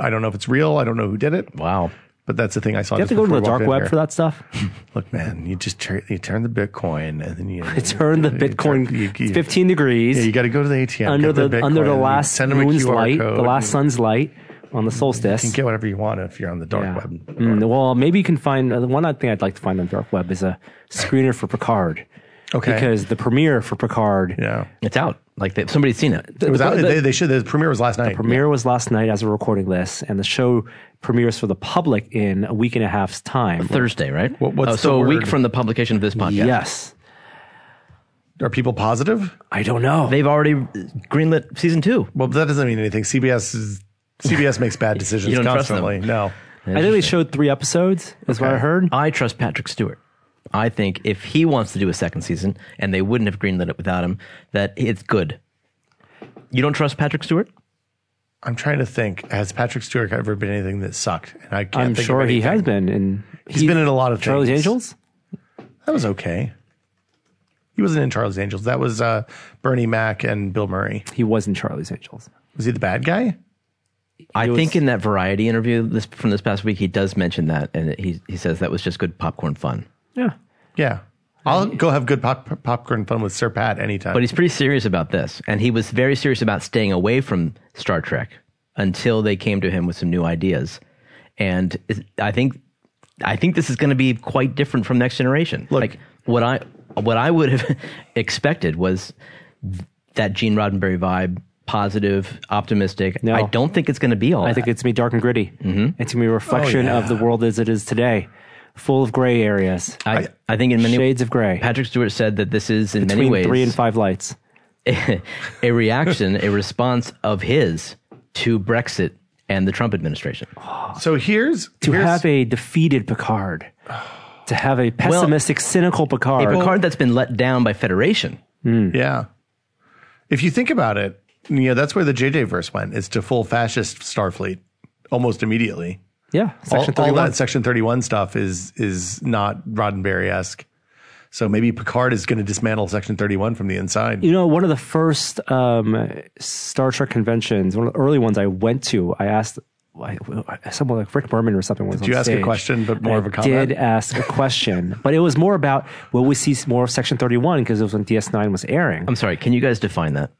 I don't know if it's real. I don't know who did it,
wow.
but that's the thing I saw.
you have to go to the dark web for that stuff.
Look, man, you just turn, you turn the Bitcoin and then you
Turn the
you
Bitcoin
you- you-
15 degrees
Yeah, you got to go to the ATM
under
get
the,
Bitcoin,
under the
and
last
send them a
moon's
QR
light,
code,
the last
and
sun's light on the
you
solstice.
can get whatever you want if you're on the dark
Yeah.
web.
Mm, well, maybe you can find uh, the one thing I'd like to find on dark web is a screener for Picard.
Okay.
because the premiere for Picard
Yeah,
It's out. Like they, somebody's seen it.
it was out, they, they should. The premiere was last night.
Premiere was last night as a recording list, and the show premieres for the public in a week and a half's time.
Thursday, right?
What- what's
Oh, so
the
a week
word?
from the publication of this podcast.
Yes.
Are people positive?
I don't know.
They've already greenlit season two.
Well, that doesn't mean anything. CBS is, CBS makes bad decisions
don't trust them.
constantly. No,
I think they showed three episodes. That's what I heard.
I trust Patrick Stewart. I think if he wants to do a second season, and they wouldn't have greenlit it without him, that it's good. You don't trust Patrick Stewart?
I'm trying to think. Has Patrick Stewart ever been anything that sucked? And I can't
I'm
think of
sure he
anything.
has been, and
He's been in a lot of
Charlie's
things.
Angels.
That was okay. He wasn't in Charlie's Angels. That was uh, Bernie Mac and Bill Murray.
He was in Charlie's Angels.
Was he the bad guy?
I
was-
think in that Variety interview this, from this past week, he does mention that, and he he says that was just good popcorn fun.
Yeah,
Yeah. I'll go have good pop- popcorn fun with Sir Pat anytime.
But he's pretty serious about this, and he was very serious about staying away from Star Trek until they came to him with some new ideas. And is- I think, I think this is going to be quite different from Next Generation. like what I what I would have expected was that Gene Roddenberry vibe, positive, optimistic.
No.
I don't think it's going to be all.
I
that.
think it's gonna be dark and gritty. Mm-hmm. It's gonna be a reflection
Oh, yeah.
of the world as it is today, full of gray areas,
I, I think in many
shades of gray,
Patrick Stewart said that this is in many
between
ways
three and five lights.
a reaction, a response of his to Brexit and the Trump administration.
so here's
To
here's-
have a defeated Picard, to have a pessimistic, cynical Picard.
a card that's been let down by Federation.
Yeah. If you think about it, you know, that's where the JJ verse went. It's to full fascist Starfleet almost immediately.
yeah,
All,
Section
all
Thirty-One.
that Section 31 stuff is is not Roddenberry esque. So maybe Picard is going to dismantle Section 31 from the inside.
you know, one of the first um, Star Trek conventions, one of the early ones I went to, I asked I, someone like Rick Berman or something. Was
Did you ask a question, but more of a comment?
Did ask a question, but it was more about will we see more of Section Thirty One because it was when DS Nine was airing.
I'm sorry, can you guys define that?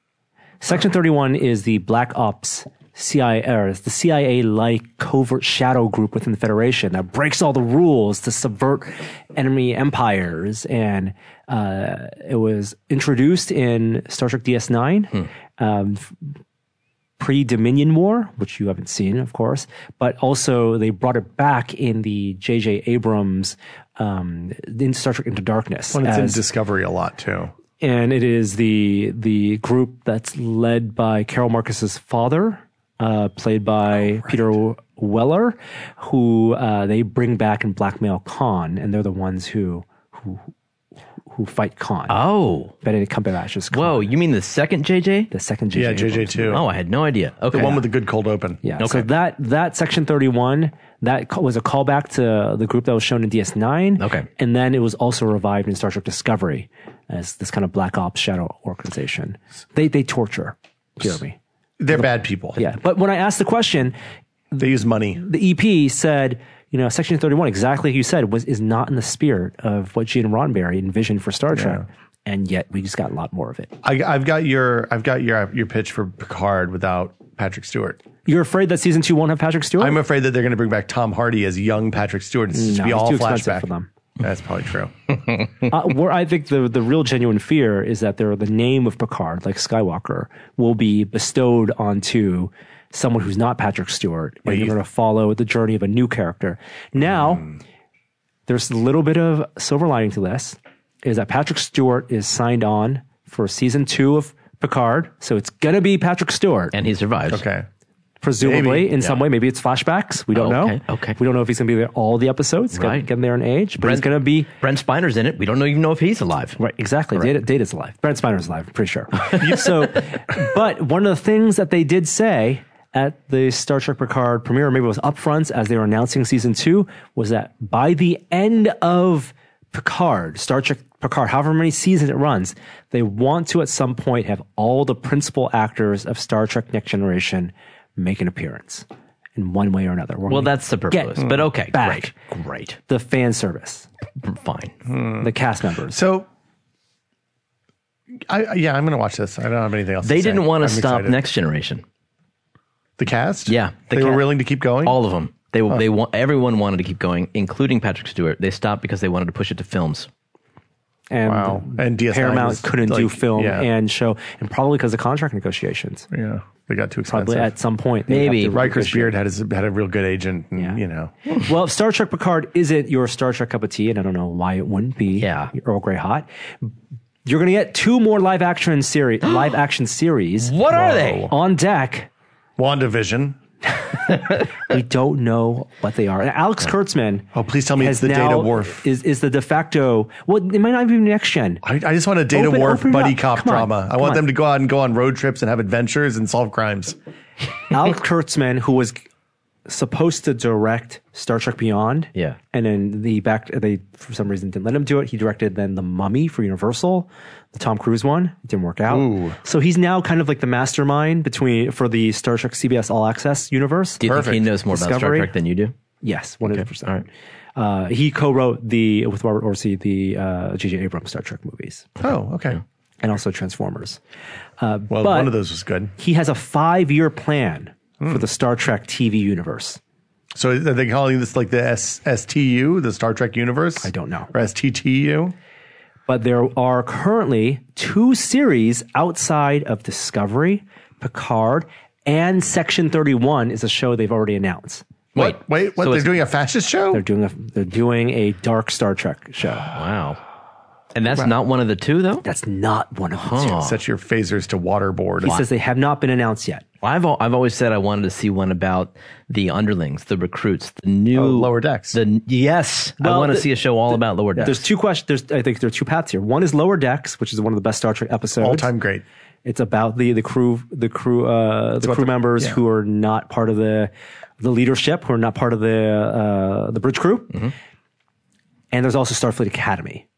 Section 31 is the Black Ops CIA, or it's the CIA like covert shadow group within the Federation that breaks all the rules to subvert enemy empires. And uh, it was introduced in Star Trek DS9. Um, Pre Dominion War, which you haven't seen, of course, but also they brought it back in the J.J. Abrams um, in Star Trek Into Darkness.
And it's in
as-
Discovery a lot too.
and it is the the group that's led by Carol Marcus's father, uh, played by Peter Weller, who uh, they bring back and blackmail Khan, and they're the ones who who who fight Khan.
Oh,
Benedict Cumberbatch is Khan,
whoa, you mean the second JJ?
the second JJ.
Yeah, JJ
Abrams.
too.
Oh, I had no idea. Okay.
the one with the good cold open.
Yeah. So that that section 31 that ca- was a callback to the group that was shown in DS9.
Okay.
And then it was also revived in Star Trek Discovery as this kind of black ops shadow organization. They they torture Jeremy.
They're bad people.
Yeah. But when I asked the question,
They use money.
the EP said, you know, Section 31, exactly like you said, was is not in the spirit of what Gene Roddenberry envisioned for Star Trek. And yet we just got a lot more of it.
I, I've got your I've got your your pitch for Picard without Patrick Stewart.
You're afraid that season two won't have Patrick Stewart?
I'm afraid that they're going to bring back Tom Hardy as young Patrick Stewart. It's just to
No,
be
he's
all
too expensive
flashback.
for them.
That's probably true.
uh, where I think the the real genuine fear is that there the name of Picard, like Skywalker, will be bestowed onto someone who's not Patrick Stewart, and you're going to follow the journey of a new character. Now,
Hmm.
there's a little bit of silver lining to this, is that Patrick Stewart is signed on for season two of Picard, so it's going to be Patrick Stewart
and he survives.
Okay.
presumably
Maybe,
in some way. Maybe it's flashbacks. We don't
Oh,
know.
okay, okay.
we don't know if he's going to be there all the episodes. Right.
Right.
Get, there in age, but he's
Brent-
going to be
Brent Spiner's in it. We don't know- even know if he's alive.
Right, exactly. Data, data's alive. Brent Spiner's alive, I'm pretty sure. so, but one of the things that they did say at the Star Trek Picard premiere, or maybe it was upfronts as they were announcing season two, was that by the end of Picard, Star Trek Picard, however many seasons it runs, they want to at some point have all the principal actors of Star Trek Next Generation make an appearance in one way or another. We're
Well,
gonna
that's superfluous,
Get
but okay,
back.
great, great,
the fan service,
fine.
the cast members.
So, I I- yeah, I'm going to watch this. I don't have anything else.
They
to say.
didn't want to
I'm
stop
excited.
Next Generation.
The cast,
Yeah, the
they were
cast.
willing to keep going.
All of them. They they want everyone wanted to keep going, including Patrick Stewart. They stopped because they wanted to push it to films.
and
Wow. And DS9
Paramount
was,
couldn't do
like,
film
yeah.
and show, and probably because of contract negotiations.
yeah, they got too expensive.
Probably at some point, they
Maybe.
have to
Riker's
renegotiate.
beard had his, had a real good agent. And,
Yeah.
You know,
well, if Star Trek Picard isn't your Star Trek cup of tea, and I don't know why it wouldn't be.
Yeah.
Earl Grey hot. You're going to get two more live action series. live action series
What are they?
on deck.
Wandavision.
we don't know what they are. And Alex Kurtzman.
Oh, please tell me it's
has
the
now-
Data Wharf.
Is, is the de facto. Well, it might not even be next gen.
I, I just want a data
Open-
wharf
open it
buddy
up.
cop
Come on.
drama. I
Come
want
on.
them to go out and go on road trips and have adventures and solve crimes.
Alex Kurtzman, who was supposed to direct Star Trek Beyond,
Yeah.
and then the back they for some reason didn't let him do it. He directed then the Mummy for Universal, the Tom Cruise one. It didn't work out. So he's now kind of like the mastermind between for the Star Trek CBS All Access universe.
Do you think he
Perfect.
knows more about Star
Discovery.
Trek than you do?
Yes, one hundred percent. Uh, he co-wrote the with Robert Orsi the uh, J.J. Abrams Star Trek movies
Oh, okay.
and also Transformers.
Well,
But-
one of those was good.
He has a five-year plan for the Star Trek TV universe.
So are they calling this like the S- STU, the Star Trek universe? I
don't know.
Or STTU?
but there are currently two series outside of Discovery, Picard, and Section 31 is a show they've already announced.
Wait,
What? Wait, what?
so
they're
it's-
doing a fascist show?
They're doing a they're doing a dark Star Trek show.
Wow. And that's not one of the two, though?
That's not one of them.
Huh.
Set your phasers to waterboard.
He says they have not been announced yet.
Well, I've al- I've always said I wanted to see one about the underlings, the recruits, the new
Lower Decks.
The yes, I
Well,
want to
the-
see a show all about lower decks.
There's two questions. There's I think there are two paths here. One is Lower Decks, which is one of the best Star Trek episodes.
All time great.
It's about the the crew the crew uh, the crew members who are not part of the the leadership, who are not part of the uh, the bridge crew. And there's also Starfleet Academy,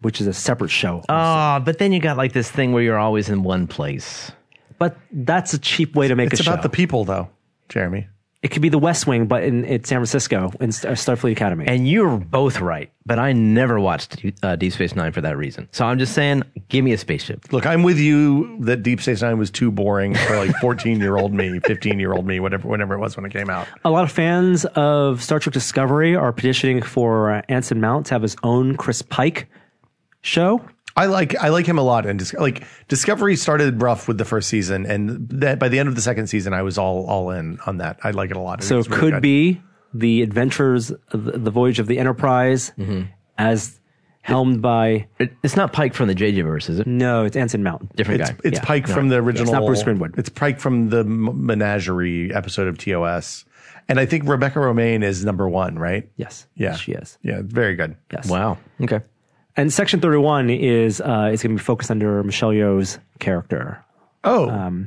which is a separate show.
Ah, but then you got like this thing where you're always in one place.
but that's a cheap way to make
It's
a
about
show.
the people, though, Jeremy.
it could be the West Wing, but in, in San Francisco in Star- Starfleet Academy.
And you're both right, but I never watched uh, Deep Space Nine for that reason. So I'm just saying, give me a spaceship.
Look, I'm with you that Deep Space Nine was too boring for like 14 year old me, 15 year old me, whatever, whenever it was when it came out.
a lot of fans of Star Trek Discovery are petitioning for uh, Anson Mount to have his own Chris Pike show.
I like I like him a lot, and Dis- like Discovery started rough with the first season, and that by the end of the second season, I was all all in on that. I like it a lot.
So it could be the adventures, of the the voyage of the Enterprise,
Mm-hmm.
as helmed by
It, it's not Pike from the JJ verse, is it?
no, it's Anson Mount.
Different
It's,
guy.
it's
Yeah.
Pike from the original.
not Bruce Greenwood.
It's Pike from the M- Menagerie episode of TOS, and I think Rebecca Romaine is number one, right?
Yes,
Yeah,
she is.
Yeah, very good.
Yes,
Wow. Okay.
And Section Thirty One is uh, is going to be focused under Michelle Yeoh's character.
Oh,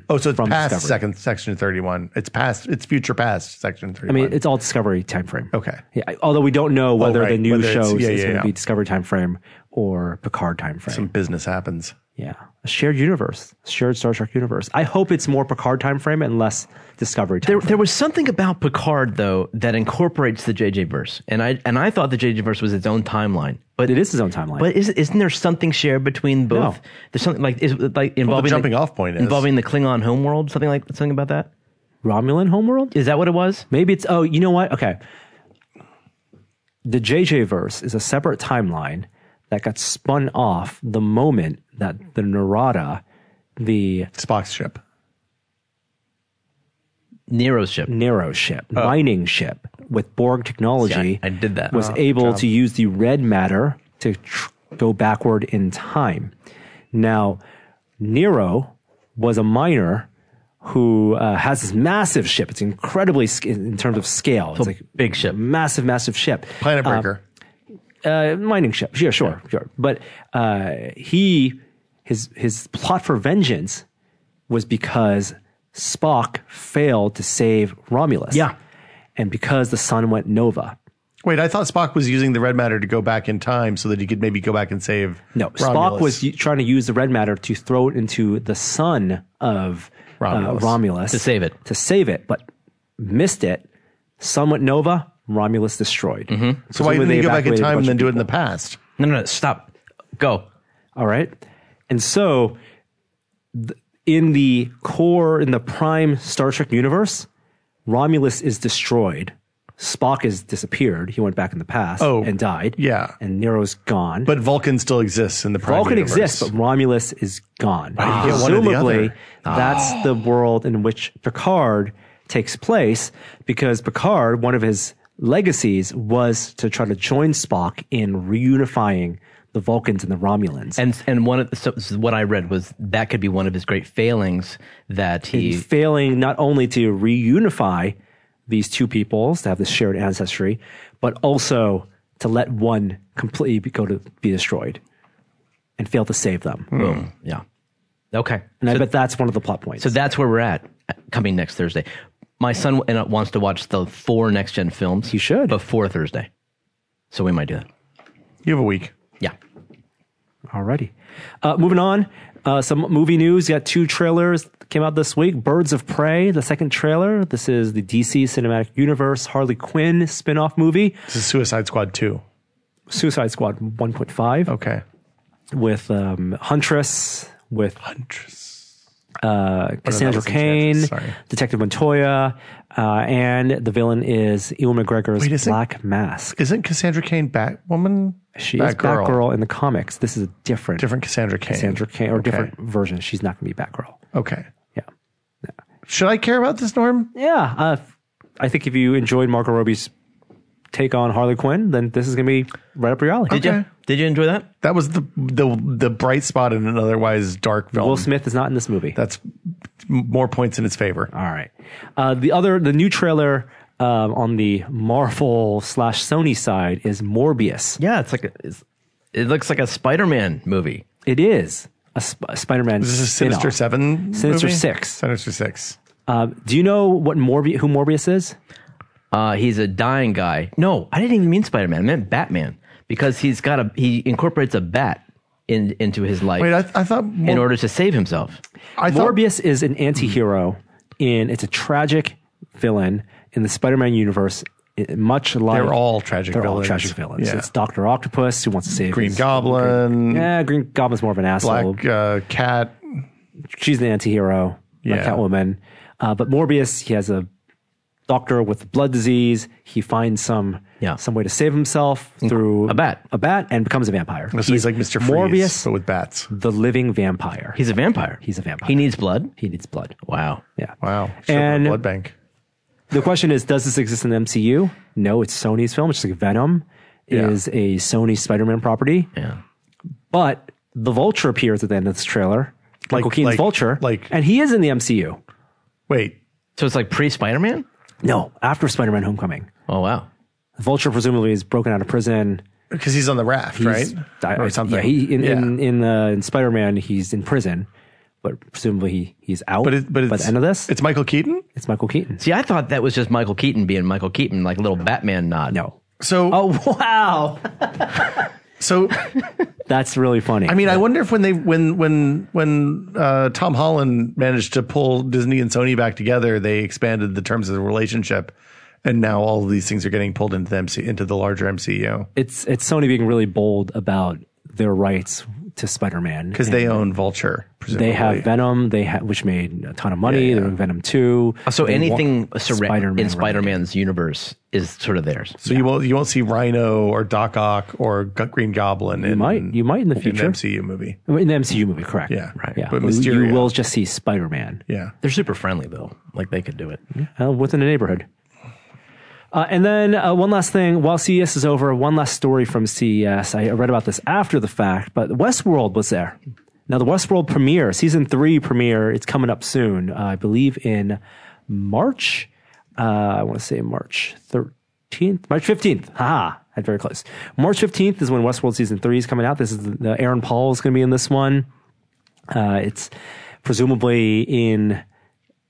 oh, so it's
Um, from
past
Discovery.
second section thirty-one. It's past. It's future past section
I
thirty-one.
mean, it's all Discovery time frame.
Okay. Oh,
Yeah, I- although we don't know whether
right,
the new
whether it's-
shows
yeah,
is
yeah,
going to
yeah.
be Discovery time frame or Picard time frame.
business happens.
yeah, a shared universe, shared Star Trek universe. I hope it's more Picard time frame and less Discovery time.
There, there was something about Picard though that incorporates the JJ verse, and I and I thought the JJ verse was its own timeline, but
it is his own timeline.
But is, isn't there something shared between both?
No.
There's something like is like involving the-
jumping off point is-
involving the Klingon homeworld, something like something about that.
Romulan homeworld?
Is that what it was?
Maybe it's oh, you know what? Okay. The JJ verse is a separate timeline that got spun off the moment that the Narada, the
Spock's ship.
Nero's ship.
Nero ship, mining ship with Borg technology,
Oh. See, I- I did that. Oh,
was able to use the red matter to tr- go backward in time. Now, Nero was a miner who uh, has this massive ship. It's incredibly sc- in terms of scale. It's like
big ship.
massive, massive ship.
Planet
Um,
Breaker.
uh, mining ship. Yeah, sure, sure. But uh, he his his plot for vengeance was because Spock failed to save Romulus.
Yeah.
and because the sun went nova.
Wait, I thought Spock was using the red matter to go back in time so that he could maybe go back and save.
No, Spock
Romulus.
was u- trying to use the red matter to throw it into the sun of uh,
Romulus.
Romulus
To save it.
To save it, but missed it. Sun went nova. Romulus destroyed.
So why didn't
Presumably
he
they
go back in
evacuated a
time
bunch
and
of
then do it
people.
in the past?
No, no, no. Stop. Go.
All right. And so th- in the core, in the prime Star Trek universe, Romulus is destroyed. Spock has disappeared. He went back in the past
Oh,
and died.
yeah.
And Nero's gone.
But Vulcan still exists in the prime
Vulcan
universe.
exists, but Romulus is gone.
Why did you get one or the
Presumably,
other? Ah.
that's the world in which Picard takes place because Picard, one of his legacies was to try to join Spock in reunifying the Vulcans and the Romulans.
And and one of the, so, so what I read was that could be one of his great failings that he
failing not only to reunify these two peoples to have this shared ancestry, but also to let one completely be- go to be destroyed and fail to save them.
Boom. Yeah. Okay.
And I
Hmm. So-
bet that's one of the plot points.
So that's where we're at uh, coming next Thursday. My son w- and I wants to watch the four next gen films. He
should.
before Thursday, so we might do that.
You have a week.
Yeah,
Alrighty. Uh, moving on, uh, some movie news. You got two trailers that came out this week. Birds of Prey, the second trailer. This is the DC Cinematic Universe Harley Quinn spin-off movie.
This is Suicide Squad 2.
Suicide Squad 1.5
Oh.
Okay.
with um, Huntress, with uh,
that
Cassandra
was
Cain,
Enchantress, sorry.
Detective Montoya, uh, and the villain is Ewan McGregor's
Wait a sec-
Black Mask.
Isn't Cassandra Kane Batwoman?
She is
Batgirl.
Batgirl in the comics. This is a different,
Different Cassandra Kane.
Cassandra Cain or
Okay.
different version. She's not going to be Batgirl.
Okay.
Yeah.
Should I care about this, Norm?
yeah, uh, I think if you enjoyed Marco Robbie's take on Harley Quinn, then this is going to be right up your alley.
did you
Okay.
did you enjoy that?
That was the the the bright spot in an otherwise dark film.
Will Smith is not in this movie.
That's m- more points in its favor.
All right. Uh, the other, the new trailer um, on the Marvel slash Sony side is Morbius.
Yeah, it's like a, it's, it looks like a Spider Man movie.
It is a, Sp- a Spider-Man.
This is Sinister
spin-off.
Seven.
Sinister
movie?
Six.
Sinister Six.
Uh, do you know what Morbi- who Morbius is?
Uh, he's a dying guy. No, I didn't even mean Spider Man. I meant Batman because he's got a he incorporates a bat in into his life
Wait, I, I thought
in
Mor-
order to save himself.
I thought
Morbius is an anti-hero in it's a tragic villain in the Spider-Man universe. i- much like
They're all tragic
they're all
villains.
tragic villains.
Yeah.
It's Doctor Octopus who wants to save
Green
his-
Goblin,
Yeah, Green Goblin's more of an asshole.
Black uh, Cat.
She's an anti-hero, like
Yeah.
Catwoman. Uh, but Morbius, he has a doctor with blood disease. He finds some
Yeah.
some way to save himself through
a bat.
a bat, and becomes a vampire.
So he's like Mr. Freeze,
Morbius,
but with bats.
the living vampire.
He's a vampire.
He's a vampire.
He needs blood.
he needs blood.
Wow.
Yeah.
Wow. Should've been a
And-
blood bank.
The question is, does this exist in the MCU? No, it's Sony's film. It's just like Venom
Yeah.
is a Sony Spider-Man property,
Yeah.
but the Vulture appears at the end of this trailer. Michael Keaton's
like-
Vulture,
like-
and he is in the MCU.
Wait,
So it's like pre Spider Man.
No, after Spider-Man: Homecoming,
Oh wow.
Vulture presumably is broken out of prison.
because he's on the raft, right?
He's- I-
or
I-
something.
Yeah, he in
Yeah.
in, in, uh, in Spider-Man, he's in prison, but presumably he, he's out.
but it, but
by
it's,
the end of this, it's,
it's Michael Keaton.
Michael Keaton.
See, I thought that was just Michael Keaton being Michael Keaton, like a little Batman nod.
No,
So,
Oh wow.
so
that's really funny.
I mean, I wonder if when they when when when uh, Tom Holland managed to pull Disney and Sony back together, they expanded the terms of the relationship, and now all of these things are getting pulled into the MC, into the larger MCU
it's it's Sony being really bold about their rights to Spider-Man
because they own Vulture. Presumably.
They have Venom, they ha- which made a ton of
Yeah, Oh,
money.
yeah.
They're doing Venom Two.
So
They
anything
want
surra-
Spider-Man
in Spider Man's universe is sort of theirs.
So you won't you won't see Rhino or Doc Ock or G- Green Goblin. You in,
might- you might in the future.
an MCU movie.
related. in the MCU movie, correct?
Yeah,
Right.
yeah.
But
You-
Mysterio.
you will just see Spider-Man
Yeah,
They're super friendly though. Like they could do it.
uh, within the neighborhood. Uh, and then uh, one last thing, while CES is over, one last story from CES. I read about this after the fact, but Westworld was there. Now the Westworld premiere, season three premiere, it's coming up soon. Uh, I believe in March. Uh, I want to say March thirteenth, March fifteenth. Haha, had very close. March fifteenth is when Westworld season three is coming out. This is the, the Aaron Paul is going to be in this one. Uh, it's presumably in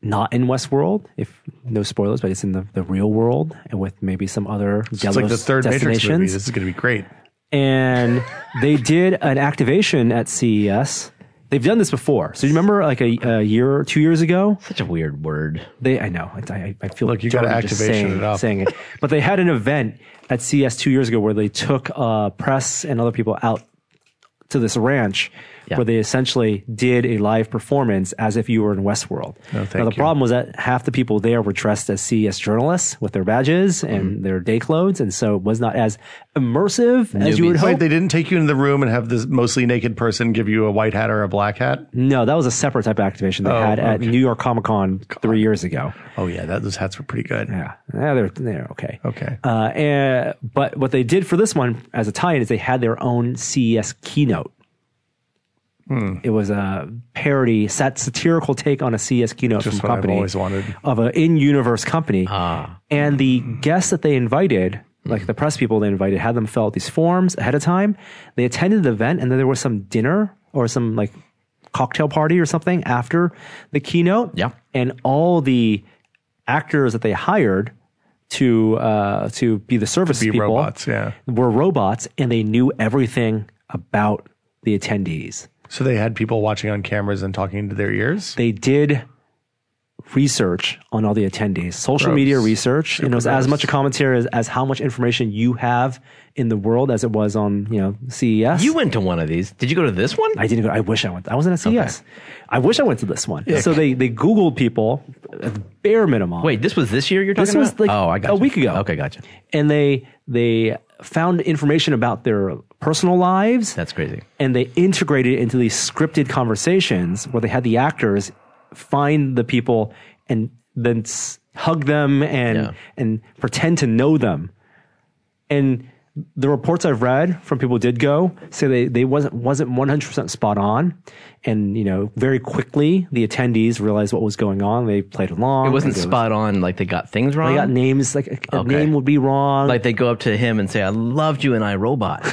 not in Westworld, if no spoilers, but it's in the, the real world and with maybe some other
it's like the third Matrix movie.
destinations.
This is going to be great.
And they did an activation at CES. They've done this before. So you remember like a, a year or two years ago?
Such a weird word.
They, I know. it's- I, I feel like
you gotta activation
saying,
it up.
saying it. But they had an event at CS two years ago where they took uh, press and other people out to this ranch
Yeah.
where they essentially did a live performance as if you were in Westworld.
thank
now the
you.
problem was that half the people there were dressed as CES journalists with their badges
Mm-hmm.
and their day clothes, and so it was not as immersive as you would
Wait,
hope.
Oh, they didn't take you into the room and have this mostly naked person give you a white hat or a black hat?
no, that was a separate type of activation they had at New York Comic Con three years ago.
Oh yeah, that, those hats were pretty good.
Yeah, yeah, they're they're okay.
Okay.
Uh, and, but what they did for this one as a tie-in is they had their own CES keynote, E
Hmm.
It was a parody, sat- satirical take on a CS keynote
Just
from
what I've
company
always wanted.
of an in-universe company. And the guests that they invited, like the press people they invited, had them fill out these forms ahead of time. They attended the event, and then there was some dinner or some like cocktail party or something after the keynote.
Yeah.
and all the actors that they hired to uh, to be the service
be
people
robots, yeah.
were robots, and they knew everything about the attendees.
So they had people watching on cameras and talking into their ears.
they did research on all the attendees, social
Gross.
media research, and it was as
gross.
much a commentary as, as how much information you have in the world as it was on you know CES.
You went to one of these. Did you go to this one?
I didn't go. I wish I went. I wasn't at CES. I wish I went to this one. So they they Googled people, at the bare minimum.
Wait, this was this year you're talking
This was
about?
like
oh, I got
a week ago.
Okay, gotcha.
and they they found information about their personal lives.
That's crazy.
and they integrated it into these scripted conversations where they had the actors find the people and then s- hug them and
Yeah.
and pretend to know them. And the reports I've read from people who did go say they, they wasn't wasn't one hundred percent spot on, and you know very quickly the attendees realized what was going on. They played along.
It wasn't
and they-
spot on. Like they got things wrong.
They got names like a, a
Okay.
name would be wrong.
like they go up to him and say, "I loved you in iRobot."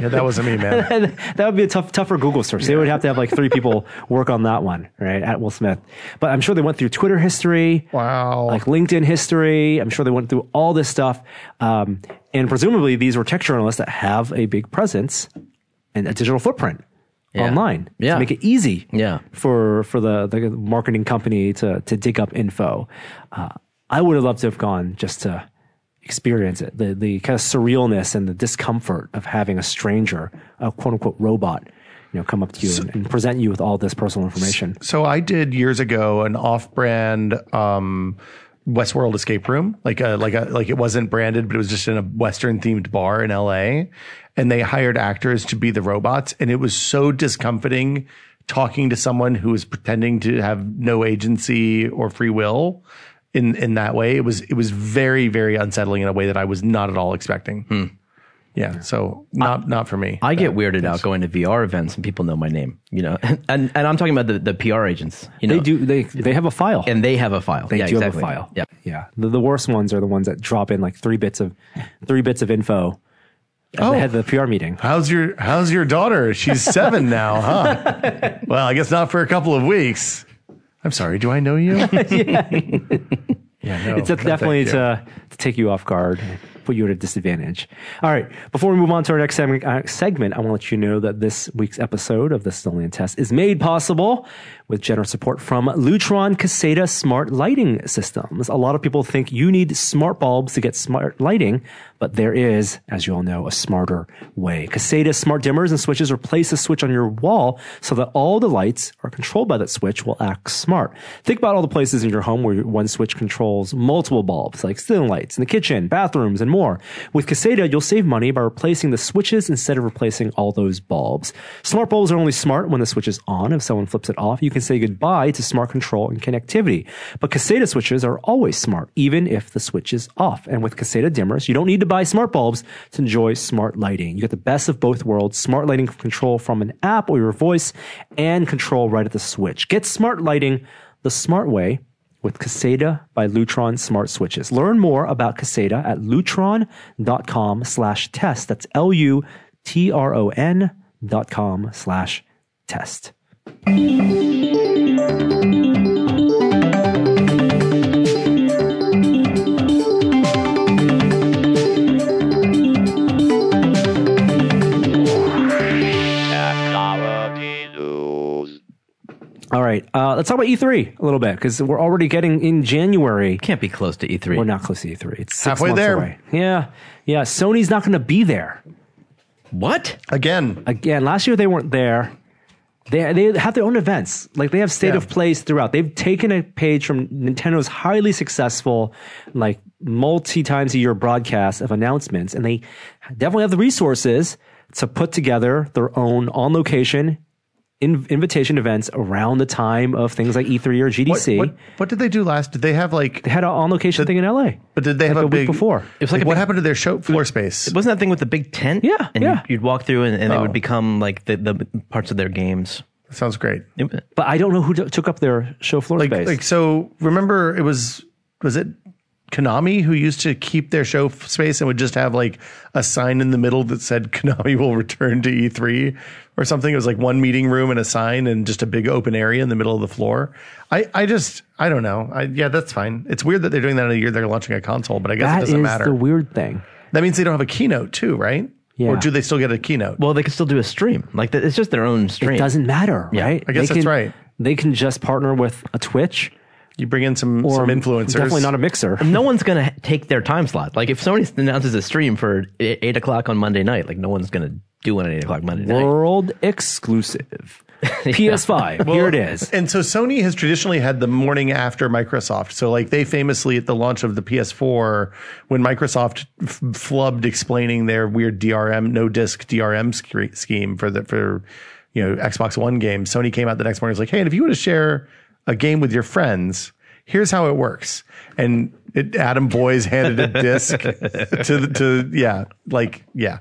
Yeah, that wasn't me, man.
And that would be a tough, tougher Google search. They would have to have like three people work on that one, right? At Will Smith. But I'm sure they went through Twitter history.
Wow.
Like LinkedIn history. I'm sure they went through all this stuff. Um, and presumably these were tech journalists that have a big presence and a digital footprint online
Yeah.
to make it easy
Yeah.
for, for the, the marketing company to, to dig up info. Uh, I would have loved to have gone just to experience it the, the kind of surrealness and the discomfort of having a stranger, a quote unquote robot, you know, come up to you and, and present you with all this personal information.
So I did years ago an off-brand um, Westworld escape room, like a like a like it wasn't branded, but it was just in a Western-themed bar in L.A. And they hired actors to be the robots, and it was so discomforting talking to someone who was pretending to have no agency or free will. In, in that way, it was it was very very unsettling in a way that I was not at all expecting. Yeah, so not not for me.
I get weirded out going to VR events and people know my name. You know, and and, I'm talking about the, the PR agents. You know,
They do, they, they have a file.
and they have a file.
they
yeah,
do
exactly.
have a file.
Yeah.
yeah. The, the worst ones are the ones that drop in like three bits of three bits of info at
Oh.
the head of the PR meeting.
How's your How's your daughter? She's seven now, huh? Well, I guess not for a couple of weeks. I'm sorry. Do I know you? yeah, no,
It's
no,
definitely
thank you.
to, to take you off guard, and put you at a disadvantage. All right. Before we move on to our next segment, uh, segment I want to let you know that this week's episode of the Stillian Test is made possible with generous support from Lutron Caseta Smart Lighting Systems. A lot of people think you need smart bulbs to get smart lighting, but there is, as you all know, a smarter way. Caseta smart dimmers and switches replace a switch on your wall so that all the lights are controlled by that switch will act smart. Think about all the places in your home where one switch controls multiple bulbs, like ceiling lights in the kitchen, bathrooms, and more. With Caseta, you'll save money by replacing the switches instead of replacing all those bulbs. Smart bulbs are only smart when the switch is on. If someone flips it off, you can say goodbye to smart control and connectivity. But Caseta switches are always smart, even if the switch is off. And with Caseta dimmers, you don't need to buy smart bulbs to enjoy smart lighting. You get the best of both worlds, smart lighting control from an app or your voice and control right at the switch. Get smart lighting the smart way with Caseta by Lutron Smart Switches. Learn more about Caseta at lutron.com slash test. That's L-U-T-R-O-N dot com slash test.
Technology News.
All right, uh, let's talk about E3 a little bit because we're already getting in January.
Can't be close to E E3.
We're not close to E3. It's six
Halfway
months
there.
away. Yeah, yeah. Sony's not going to be there.
What?
again.
again, last year they weren't there. They they have their own events. Like they have state
Yeah.
of plays throughout. They've taken a page from Nintendo's highly successful, like multi times a year broadcast of announcements, and they definitely have the resources to put together their own on location in, invitation events around the time of things like E3 or
What,
GDC.
what, what did they do last? Did they have like?
They had an on location thing in LA.
But did they have
like
a,
a
big
week before. It
was like a
what
big-
happened to their show floor space?
Wasn't that thing with the big tent?
Yeah,
and
yeah.
you'd walk through, and, and they
Oh.
would become like the, the parts of their games.
Sounds great.
It-
But I don't know who t- took up their show floor
Like
space.
like so. Remember, it was was it Konami who used to keep their show f- space and would just have like a sign in the middle that said Konami will return to E3 or something. It was like one meeting room and a sign and just a big open area in the middle of the floor. I I just I don't know. I, yeah, that's fine. It's weird that they're doing that in a year they're launching a console, but I guess it
that is
doesn't matter.
the weird thing.
that means they don't have a keynote too, right?
Yeah.
Or do they still get a keynote?
well, they could still do a stream. Like that, it's just their own stream.
It doesn't matter, right?
I guess
They
that's
can-
right.
They can just partner with a Twitch
you bring in some
or
some influencers.
Definitely not a mixer.
no one's gonna take their time slot. Like if somebody announces a stream for e, eight eight o'clock on Monday night, like no one's gonna do one at eight o'clock Monday night.
World exclusive. PS5. Here it is.
And so Sony has traditionally had the morning after Microsoft. So like they famously at the launch of the PS4, when Microsoft f- flubbed explaining their weird DRM, no disc DRM scre- scheme for the for you know Xbox One games, Sony came out the next morning and was like, hey, and if you want to share a game with your friends, here's how it works. And it, Adam Boys handed a disc to the, to yeah, like yeah.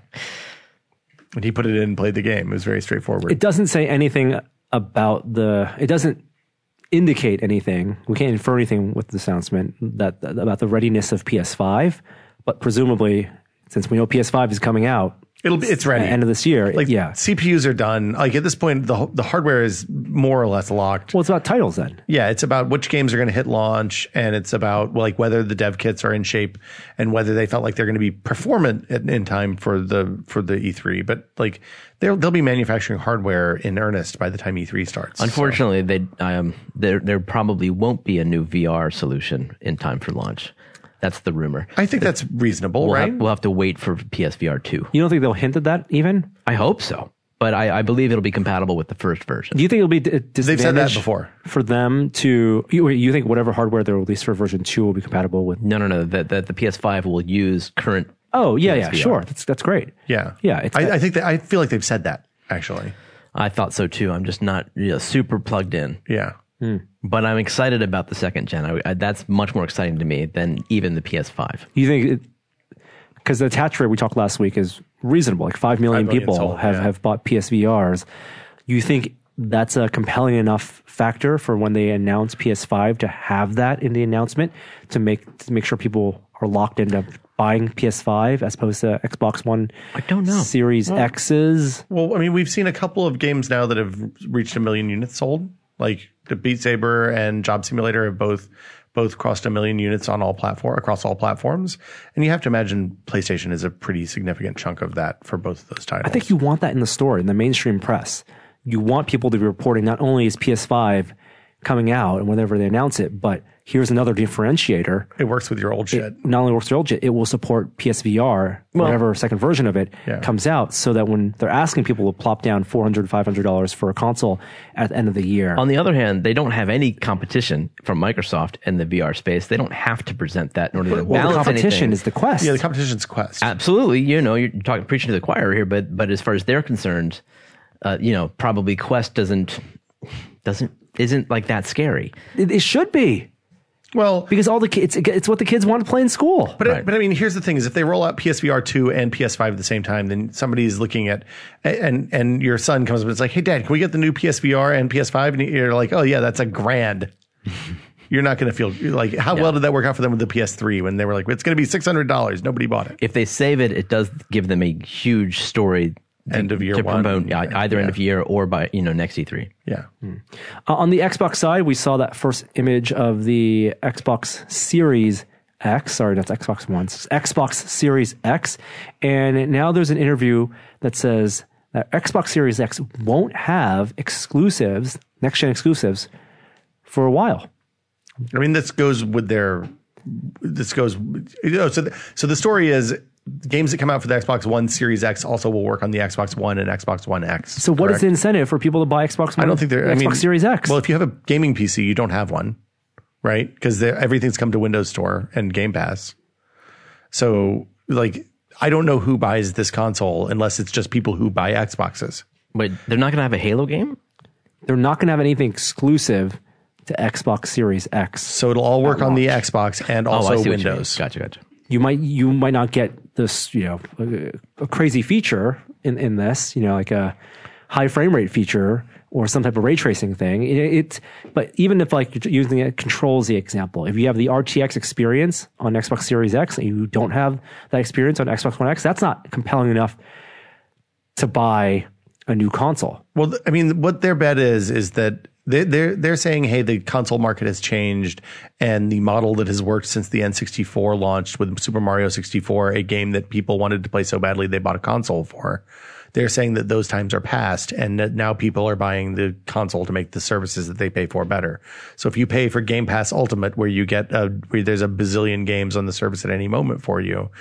And he put it in and played the game. It was very straightforward.
It doesn't say anything about the. It doesn't indicate anything. We can't infer anything with this announcement that, that- about the readiness of PS5. But presumably, since we know PS5 is coming out
It'll be it's ready.
at the end of this year,
like
yeah.
CPUs are done. Like at this point, the the hardware is more or less locked.
Well, it's about titles then.
yeah, it's about which games are going to hit launch, and it's about well, like whether the dev kits are in shape and whether they felt like they're going to be performant in, in time for the for the E3. But like they'll they'll be manufacturing hardware in earnest by the time E3 starts.
Unfortunately, they um, there there probably won't be a new VR solution in time for launch. That's the rumor.
I think that's reasonable,
We'll,
right?
have, we'll have to wait for PSVR two.
You don't think they'll hint at that even?
I hope so, but I, I believe it'll be compatible with the first version.
Do you think it'll be d- a
They've said that
disadvantage
before.
for them to? You, wait, you think whatever hardware they release for version two will be compatible with?
No, no, no. That that the PS five will use current.
Oh yeah, yeah,
PSVR.
sure. That's that's great.
Yeah,
yeah. It's,
I, I think that I feel like they've said that actually.
I thought so too. I'm just not you know, super plugged in,
Yeah.
but I'm excited about the second gen. I, I, that's much more exciting to me than even the PS five.
you think because the attach rate we talked last week is reasonable, like five million,
million
people
sold,
have
yeah.
have bought PSVRs. You think that's a compelling enough factor for when they announce PS5 to have that in the announcement to make to make sure people are locked into buying PS5 as opposed to Xbox One. I
don't know.
Series X's.
Well, I mean, we've seen a couple of games now that have reached a million units sold. Like the Beat Saber and Job Simulator have both both crossed a million units on all platform across all platforms. And you have to imagine PlayStation is a pretty significant chunk of that for both of those titles.
I think you want that in the store, in the mainstream press. You want people to be reporting not only is PS5 coming out and whenever they announce it, but here's another differentiator.
it works with your old shit.
Not only works for old gen, it will support PSVR, whatever second version of it
Yeah.
comes out, so that when they're asking people to plop down $400, $500 for a console at the end of the year,
On the other hand, they don't have any competition from Microsoft in the VR space. They don't have to present that in order to
the
balance
competition
anything.
is the quest.
Yeah, the competition's quest.
Absolutely, you know, you're talking preaching to the choir here, but but as far as they're concerned, uh, you know, probably Quest doesn't doesn't isn't like that scary.
it, it should be.
well,
Because all the kids, it's, it's what the kids want to play in school.
But, I, but I mean, here's the thing: is if they roll out PSVR two and PS5 at the same time, then somebody's looking at and and your son comes up and it's like, "Hey, Dad, can we get the new PSVR and PS5?" And you're like, "Oh yeah, that's a grand." you're not going to feel you're like how well did that work out for them with the PS3 when they were like, "It's going to be six hundred dollars." Nobody bought it.
If they save it, it does give them a huge story
End of year
to
one.
promote yeah, either end of year or by you know next E E3.
Yeah,
Uh, on the Xbox side, we saw that first image of the Xbox Series X. Sorry, that's Xbox One. It's Xbox Series X. And now there's an interview that says that Xbox Series X won't have exclusives, next gen exclusives, for a while.
I mean, this goes with their. This goes. You know, so, the, so the story is
Mm-hmm.
games that come out for the Xbox One Series X also will work on the Xbox One and Xbox One X.
So, what is the incentive for people to buy Xbox One?
I don't think they're
Xbox
I mean,
Series X.
Well, if you have a gaming PC, you don't have one, right? Because everything's come to Windows Store and Game Pass. So, like, I don't know who buys this console unless it's just people who buy Xboxes.
But they're not going to have a Halo game.
They're not going to have anything exclusive to Xbox Series X.
So it'll all work on the Xbox and
Oh, I
also
see what you mean.
Windows.
Gotcha, gotcha.
You might you might not get this you know a, a crazy feature in in this you know like a high frame rate feature or some type of ray tracing thing. It, it's but even if like you're using a controls the example, if you have the RTX experience on Xbox Series X and you don't have that experience on Xbox One X, that's not compelling enough to buy a new console.
Well, th- I mean, what their bet is is that they, they're they're saying, hey, the console market has changed, and the model that has worked since the N64 launched with Super Mario 64, a game that people wanted to play so badly they bought a console for. They're saying that those times are past, and that now people are buying the console to make the services that they pay for better. So if you pay for Game Pass Ultimate, where you get a, where there's a bazillion games on the service at any moment for you,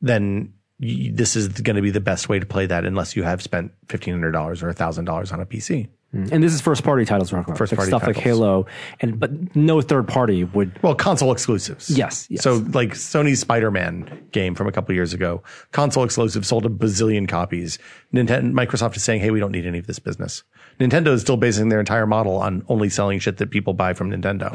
then y- this is going to be the best way to play that unless you have spent $1500 or $1000 on a pc
And this is first party titles we're talking about.
Mm. First
Like
party
stuff like
titles.
Halo and but no third party would
well console exclusives
Yes, yes.
so like sony's spider-man game from a couple years ago console exclusive sold a bazillion copies nintendo microsoft is saying hey we don't need any of this business nintendo is still basing their entire model on only selling shit that people buy from nintendo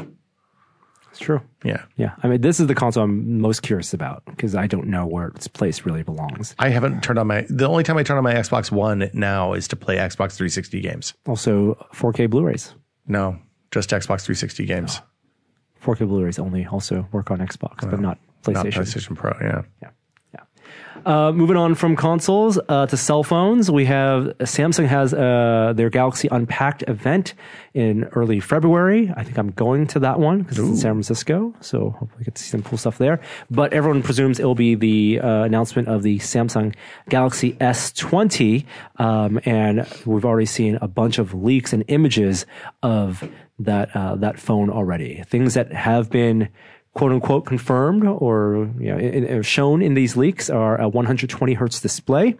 It's true.
yeah
Yeah. I mean, this is the console I'm most curious about because I don't know where its place really belongs.
i haven't turned on my the only time i turn on my xbox one now is to play xbox 360 games
Also, 4K Blu rays.
no just xbox 360 games
4K Blu rays only also work on Xbox, but not
not
PlayStation.
playstation pro yeah
Uh, moving on from consoles uh, to cell phones, we have Samsung has uh, their Galaxy Unpacked event in early February. I think I'm going to that one because it's in San Francisco, so hopefully we get to see some cool stuff there. But everyone presumes it will be the uh, announcement of the Samsung Galaxy S20, um, and we've already seen a bunch of leaks and images of that uh, that phone already. Things that have been quote unquote confirmed or you know, in, in- shown in these leaks are a 120 hertz display,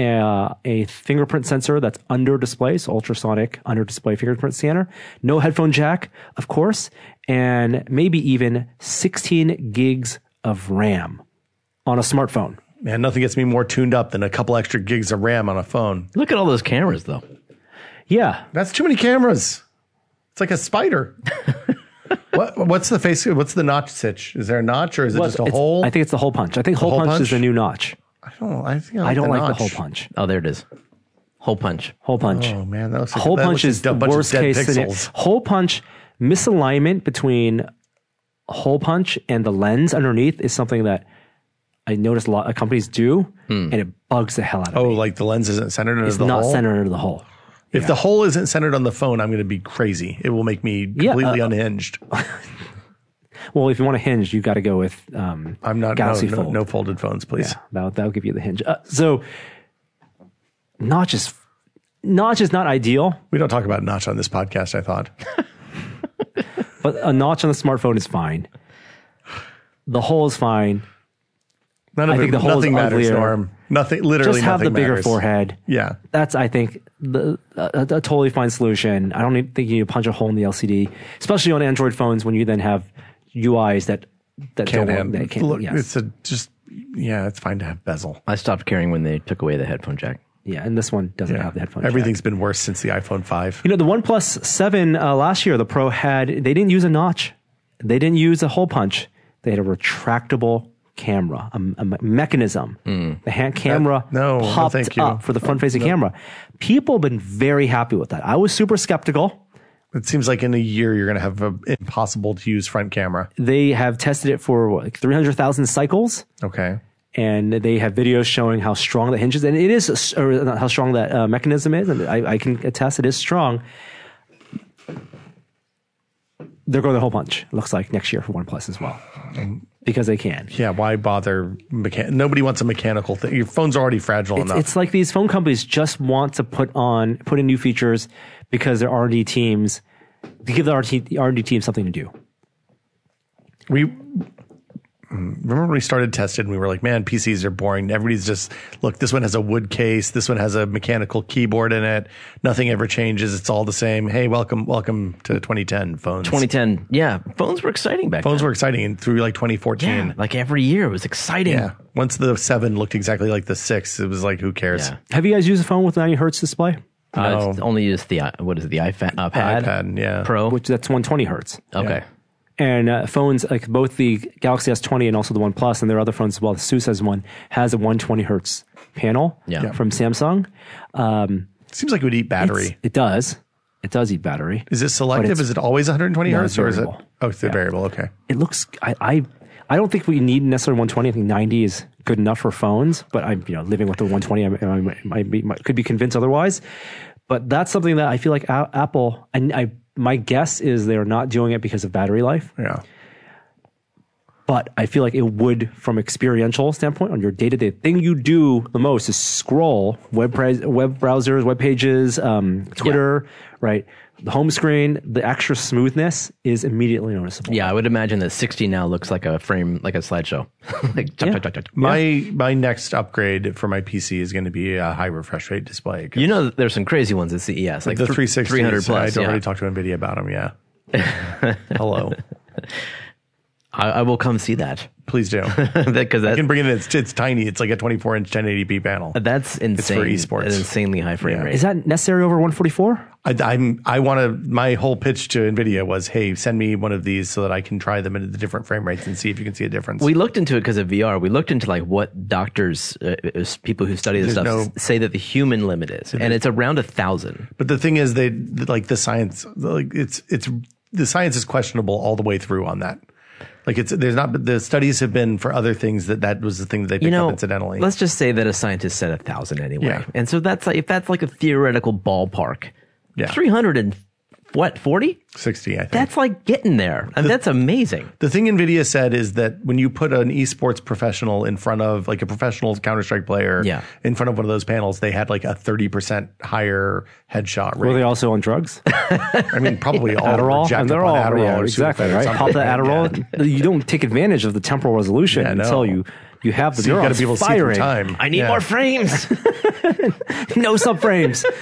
uh, a fingerprint sensor that's under display, so ultrasonic under display fingerprint scanner, no headphone jack, of course, and maybe even 16 gigs of RAM on a smartphone.
Man, nothing gets me more tuned up than a couple extra gigs of RAM on a phone.
Look at all those cameras, though.
Yeah,
That's too many cameras. It's like a spider. what, what's the face? What's the notch sitch? Is there a notch or is it just a
It's-
hole?
I think it's the hole punch. I think hole,
hole
punch,
punch?
is the new notch.
I don't. I, think I,
I don't like
notch.
the hole punch.
Oh, there it is. Hole punch.
Hole punch.
Oh man, that looks like
hole
that
punch
looks like
is the
a bunch of
worst
dead
case scenario.
pixels.
Hole punch misalignment between hole punch and the lens underneath is something that I noticed a lot of companies do, and it bugs the hell out of
Hmm. Oh,
me.
like the lens isn't centered under
It's
the
not
hole.
centered under the hole.
If the hole isn't centered on the phone, I'm going to be crazy. It will make me
uh,
completely unhinged.
Well, if you want a hinge, you got to go with um,
I'm not no,
Galaxy
no,
Fold.
no folded phones, please.
Yeah, that'll, that'll give you the hinge. Uh, so, notch is notch is not ideal,
We don't talk about notch on this podcast. I thought.
but a notch on the smartphone is fine. The hole is fine.
None of
I
it,
think the hole is
nothing matters,
uglier.
Norm. Nothing. Literally,
Just have the
nothing
bigger
matters.
forehead.
Yeah.
that's I think the, a, a totally fine solution. I don't even think you need to punch a hole in the LCD, especially on Android phones when you then have UIs that that
can't
don't
have.
work. That can't,
look,
yes.
it's a just yeah, it's fine to have bezel.
I stopped caring when they took away the headphone jack.
yeah, and this one doesn't
Yeah.
have the headphone. jack.
Everything's been worse since the iPhone five.
You know, the OnePlus Seven uh, last year, the Pro had they didn't use a notch, they didn't use a hole punch. They had a retractable camera, a, a me- mechanism. The hand camera
Hmm. That- no, no,
popped
thank you.
up for the front-facing camera. People have been very happy with that. I was super skeptical.
It seems like in a year you're going to have an impossible to use front camera.
they have tested it for what, like 300,000 cycles
Okay,
and they have videos showing how strong the hinges and it is a s- or not how strong that uh, mechanism is and I, I can attest it is strong they're going the whole bunch looks like next year for OnePlus as well because they can
yeah. Why bother? Mechan- Nobody wants a mechanical thing. Your phone's already fragile
it's,
enough.
it's like these phone companies just want to put on put in new features because their R&D teams to give the R&D, R&D team something to do
we remember when we started testing. We were like, man, PCs are boring. Everybody's just look. This one has a wood case. This one has a mechanical keyboard in it. Nothing ever changes. It's all the same. Hey, welcome, welcome to 2010 phones.
2010. Yeah, phones were exciting back
phones
then.
were exciting and through like 2014.
yeah, like every year it was exciting.
Yeah. Once the seven looked exactly like the six, it was like, who cares?
Yeah.
have you guys used a phone with 90 hertz display
Uh, it's only use the i- what is it, the iPad, uh, pad
iPad, yeah.
Pro?
which that's 120 hertz.
okay,
And uh, phones like both the Galaxy S20 and also the One Plus and their other phones as well. The SUSE has one has a 120 hertz panel
Yeah. Yeah.
from Samsung. Um,
Seems like it would eat
it's-
battery.
It does. It does eat battery.
Is it selective?
it's-
Is it always 120
No,
hertz
it's
or is it?
variable.
Oh, it's a variable. Okay.
It looks. I. I I don't think we need necessarily 120. I think 90 is good enough for phones, but I'm you know living with the 120. I, I, might- might be, might, could be convinced otherwise, but that's something that I feel like A- Apple. And I my guess is they are not doing it because of battery life.
Yeah.
but I feel like it would, from experiential standpoint, on your day to day thing you do the most is scroll web pres- web browsers, web pages, um, Twitter, right? The home screen, the extra smoothness is immediately noticeable.
yeah, I would imagine that 60 now looks like a frame, like a slideshow. like, tuck,
Yeah.
tuck, tuck, tuck.
My my next upgrade for my PC is going to be a high refresh rate display. 'cause
You know, that there's some crazy ones at CES, like
the
thr-
360
300
I
plus.
don't
yeah.
already talk to Nvidia about them. Yeah. Hello.
I, I will come see that
Please do.
because
I
that,
can bring it. in. It's it's tiny. It's like a 24 inch 1080p panel.
that's insane.
esports.
An insanely high frame
Yeah.
rate.
Is that necessary over 144?
I, I'm I want to. My whole pitch to Nvidia was, hey, send me one of these so that I can try them into the different frame rates and see if you can see a difference.
we looked into it because of VR. We looked into like what doctors, uh, uh, people who study this
There's
stuff,
no-
s- say that the human limit is, and it's around a thousand.
But the thing is, they like the science. Like it's it's the science is questionable all the way through on that. Like it's there's not the studies have been for other things that that was the thing that they picked
You know,
up incidentally.
let's just say that a scientist said a thousand anyway,
Yeah.
and so that's like, if that's like a theoretical ballpark,
Yeah.
three hundred and what forty?
Sixty, I think.
That's like getting there. I mean, that's amazing.
the thing Nvidia said is that when you put an esports professional in front of like a professional Counter Strike player,
Yeah.
in front of one of those panels, they had like a thirty percent higher headshot
Were
rate.
they also on drugs?
I mean, probably all
Adderall?
jacked
And they're
up
all,
on Adderall
yeah,
or
exactly,
Sudafed or
right?
something.
Pop the
Yeah.
Adderall. You don't take advantage of the temporal resolution
Yeah, no.
until you, you have the
So you've got to
neurons
be able to see through
firing.
time.
I need
Yeah.
more frames.
no subframes. yeah.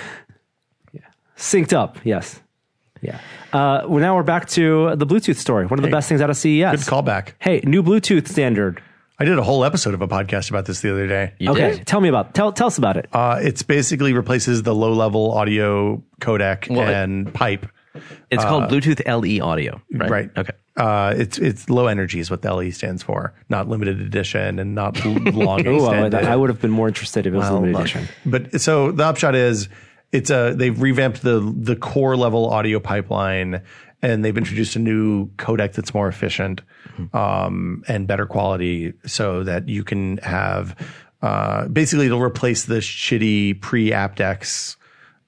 Synced up, yes. Yeah. Uh, well, now we're back to the Bluetooth story. One of the best things out of CES.
Good callback.
Hey, new Bluetooth standard.
I did a whole episode of a podcast about this the other day.
You
okay,
did.
tell me about tell tell us about it.
Uh, it's basically replaces the low level audio codec
Well, it-
and pipe.
It's called Bluetooth LE audio, right?
Uh, Right.
Okay.
Uh, it's it's low energy is what the LE stands for, not limited edition and not l- long
Ooh, I,
extended.
Oh, I would have been more interested if it was a limited
look.
edition.
But so the upshot is, it's a they've revamped the the core level audio pipeline, and they've introduced a new codec that's more efficient um, and better quality, so that you can have uh, basically it'll replace the shitty pre aptX.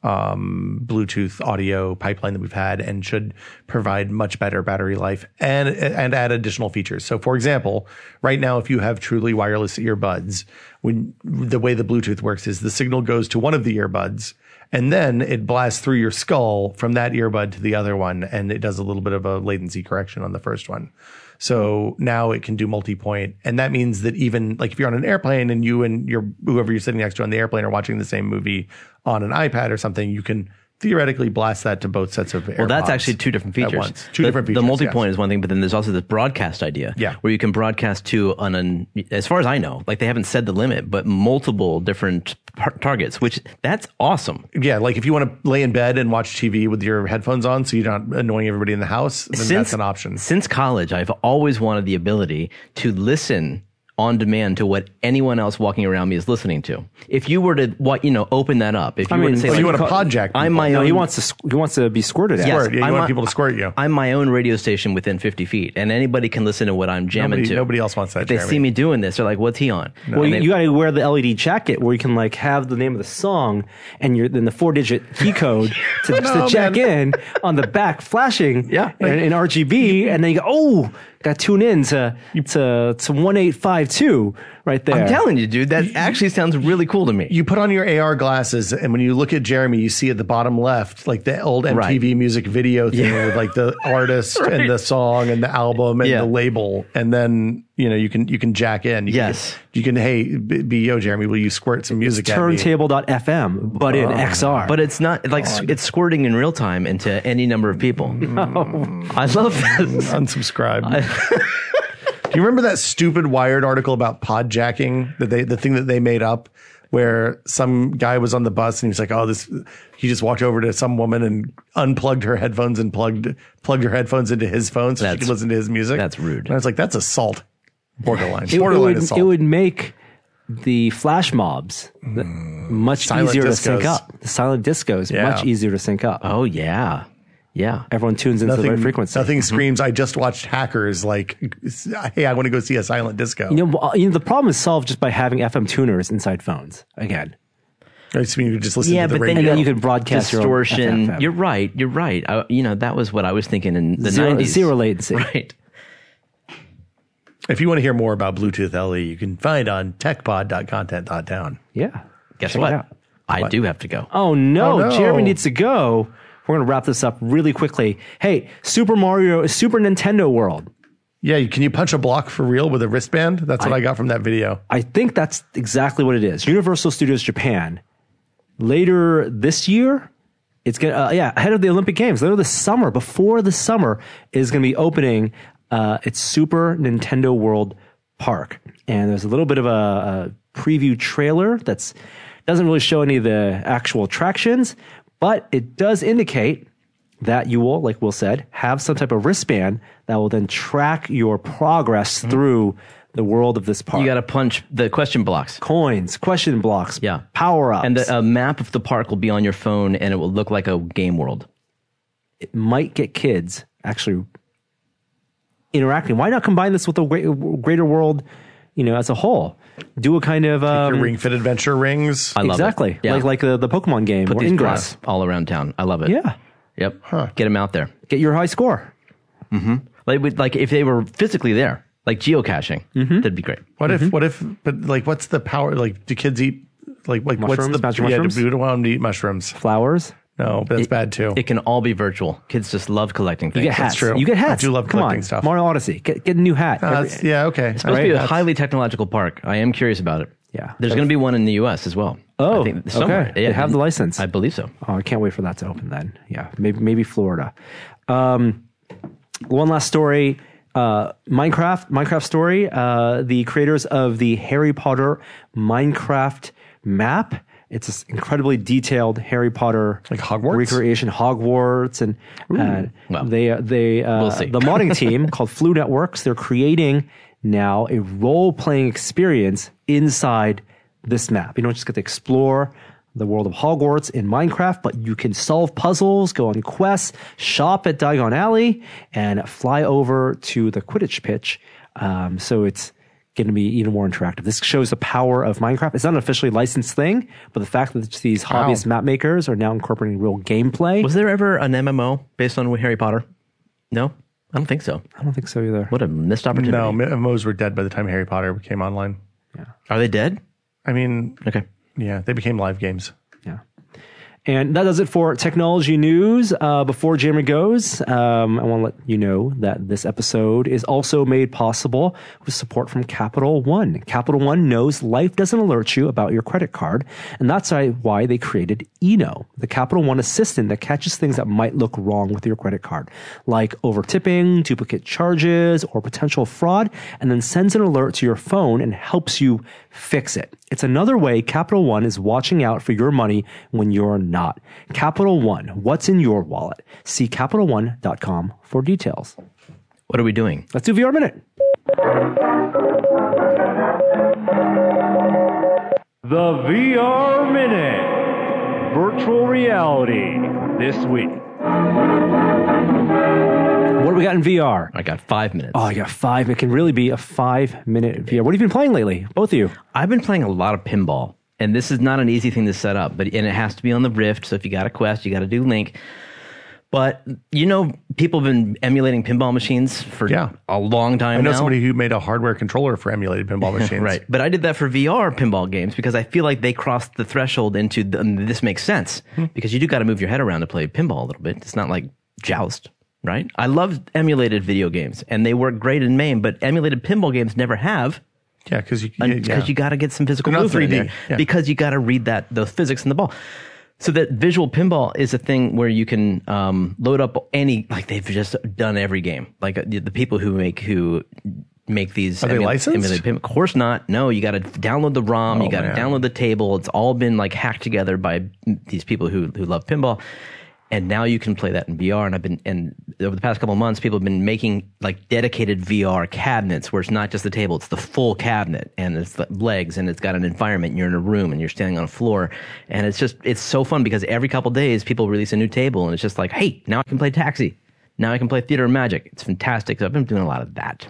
Um, Bluetooth audio pipeline that we've had and should provide much better battery life and and add additional features. So, for example, right now, if you have truly wireless earbuds, when the way the Bluetooth works is the signal goes to one of the earbuds and then it blasts through your skull from that earbud to the other one and it does a little bit of a latency correction on the first one. So now it can do multi-point, and that means that even like if you're on an airplane and you and your whoever you're sitting next to on the airplane are watching the same movie on an iPad or something, you can theoretically blast that to both sets of.
Well, that's actually two different features.
once. Two
the,
different features,
The multi-point
yes.
is one thing, but then there's also this broadcast idea,
Yeah.
where you can broadcast to on an. As far as I know, like they haven't said the limit, but multiple different par- targets, which that's awesome.
Yeah, like if you want to lay in bed and watch TV with your headphones on, so you're not annoying everybody in the house, then that's an option.
Since college, I've always wanted the ability to listen on demand to what anyone else walking around me is listening to. If you were to, what you know, open that up. If you
I
were
mean,
to say,
so
like,
you want to
call-
podjack?
I'm
people.
my
No,
own.
he wants to squ- he wants to be squirted at.
Squirt, yeah, you
I'm
want
a-
people to squirt you.
I'm my own radio station within 50 feet, and anybody can listen to what I'm jamming
Nobody-
to.
nobody else wants that,
If they
Jeremy.
see me doing this, they're like, "What's he on?"
Well,
And
you,
they-
you got to wear the LED jacket where you can like have the name of the song and you're then the four digit key code to, to check in on the back flashing
Yeah.
in, in RGB, and then you go, oh, got to tune in to to to one eight five two right there.
I'm telling you, dude, that actually sounds really cool to me.
you put on your AR glasses, and when you look at Jeremy, you see at the bottom left like the old MTV
Right.
music video thing with like the artist and the song and the album and
Yeah.
the label, and then you know you can you can jack in. You
Yes.
can, you can. Hey, B- be yo, Jeremy, will you squirt some music at me?
turntable.fm, but
Oh.
in XR.
but it's not like s- it's squirting in real time into any number of people. I love that.
Unsubscribe. Do you remember that stupid Wired article about podjacking? That they the thing that they made up where some guy was on the bus and he was like, "Oh, this." He just walked over to some woman and unplugged her headphones and plugged plugged her headphones into his phone so she
That's-
could listen to his music.
that's rude.
And I was like, "That's assault, borderline,
It, it
borderline
would,
assault." Hmm.
it would make the flash mobs th- much
Silent
easier to sync
discos.
up. The silent discos
Yeah.
much easier to sync up.
Oh yeah, yeah.
Everyone tunes into the right frequency. Mm-hmm.
Nothing screams. I just watched Hackers. Like, hey, I want to go see a silent disco.
You know, well, you know, the problem is solved just by having FM tuners inside phones again.
I just mean you could just listen
yeah,
to the
but
radio.
then,
then you
got
could broadcast your own
distortion.
FM.
You're right. You're right. I, you know that was what I was thinking in the
Zero-
90s.
zero latency.
Right.
if you want to hear more about Bluetooth LE, you can find on techpod.content.down.
Yeah.
Guess
Check it
what?
out.
I do have to go.
Oh no,
Oh, no.
Jeremy needs to go. We're going to wrap this up really quickly. Hey, Super Mario, Super Nintendo World.
Yeah, you- can you punch a block for real with a wristband? That's what I, got from that video.
I think that's exactly what it is. Universal Studios Japan. Later this year, it's gonna uh, yeah ahead of the Olympic Games. Later this summer, before the summer, is gonna be opening uh, its Super Nintendo World Park, and there's a little bit of a, a preview trailer that's doesn't really show any of the actual attractions, but it does indicate that you will, like Will said, have some type of wristband that will then track your progress through the world of this park
You got to punch the question blocks.
coins, question blocks,
Yeah.
power ups.
And the uh, a map of the park will be on your phone, and it will look like a game world.
it might get kids actually interacting. Why not combine this with the wa- greater world, you know, as a whole? Do a kind of um,
Your Ring Fit Adventure rings.
love it.
exactly
Yeah.
like like the, the Pokemon game
Put
or
these
Ingress.
blocks all around town. I love it.
Yeah,
Yep. Get them out there.
get your high score.
Like, with- like if they were physically there, like geocaching,
Mm-hmm.
that'd be great.
What if? What if? But like, what's the power? Like, do kids eat? Like, like what's
Mushrooms?
the
Magic
yeah?
mushrooms?
Do people want them to eat mushrooms?
Flowers.
No, that's bad too.
It can all be virtual. Kids just love collecting things.
You get hats.
That's true.
You get
I
hats.
do love
Come
collecting
on.
stuff.
Mario Odyssey. Get get a new hat.
Uh,
Every-
that's- yeah, okay.
It's supposed to be a
That's-
highly technological park. I am curious about it.
Yeah.
There's going to be one in the U.S. as well.
Oh,
I
okay.
somewhere.
They have the license.
I believe so.
Oh, I can't wait for that to open then. Yeah, maybe maybe Florida. Um, one last story. Uh, Minecraft, Minecraft story. Uh, the creators of the Harry Potter Minecraft map. It's this incredibly detailed Harry Potter
Like Hogwarts?
recreation, Hogwarts, and uh,
Well,
they uh, they uh,
we'll see.
the modding team called Flu Networks. They're creating now a role playing experience inside this map. You don't just get to explore the world of Hogwarts in Minecraft, but you can solve puzzles, go on quests, shop at Diagon Alley, and fly over to the Quidditch pitch. Um, so it's going to be even more interactive. This shows the power of Minecraft. It's not an officially licensed thing, but the fact that these hobbyist map makers are now incorporating real gameplay.
Was there ever an MMO based on Harry Potter? No, I don't think so.
I don't think so either.
What a missed opportunity.
No, MMOs were dead by the time Harry Potter came online.
Are they dead?
I mean,
Okay.
yeah, they became live games.
Yeah. And that does it for technology news. Uh, before Jeremy goes, um, I want to let you know that this episode is also made possible with support from Capital One. Capital One knows life doesn't alert you about your credit card, and that's why- why they created Eno, the Capital One assistant that catches things that might look wrong with your credit card, like over tipping, duplicate charges, or potential fraud, and then sends an alert to your phone and helps you fix it. It's another way Capital One is watching out for your money when you're not. Capital One, what's in your wallet? See CapitalOne.com for details.
What are we doing?
Let's do VR Minute.
The VR Minute. Virtual reality this week.
What do we got in VR?
I got five minutes.
Oh, you got five. It can really be a five minute VR. What have you been playing lately? Both of you.
I've been playing a lot of pinball, and this is not an easy thing to set up, but and it has to be on the Rift. So if you got a quest, you got to do Link. But you know, people have been emulating pinball machines for
Yeah.
a long time
I know
now.
somebody who made a hardware controller for emulated pinball machines.
Right, but I did that for VR pinball games because I feel like they crossed the threshold into the, um, this makes sense
Hmm.
because you do got to move your head around to play pinball a little bit. It's not like joust, right? I love emulated video games and they work great in Maine, but emulated pinball games never have
Yeah, because you
because
yeah.
you got to get some physical
They're not
movement in
3D,
there,
yeah.
because you got to read that the physics in the ball. So that visual pinball is a thing where you can um, load up any like they've just done every game. Like uh, the people who make who make these. Are
they licensed?
Of course not. No, you got to download the ROM. you got to
man.
download the table. It's all been like hacked together by these people who who love pinball. And now you can play that in VR. And I've been and over the past couple of months, people have been making like dedicated VR cabinets where it's not just the table; it's the full cabinet and it's the legs and it's got an environment. And you're in a room and you're standing on a floor, and it's just it's so fun because every couple of days people release a new table and it's just like, hey, now I can play Taxi. Now I can play Theater of Magic. It's fantastic. So I've been doing a lot of that.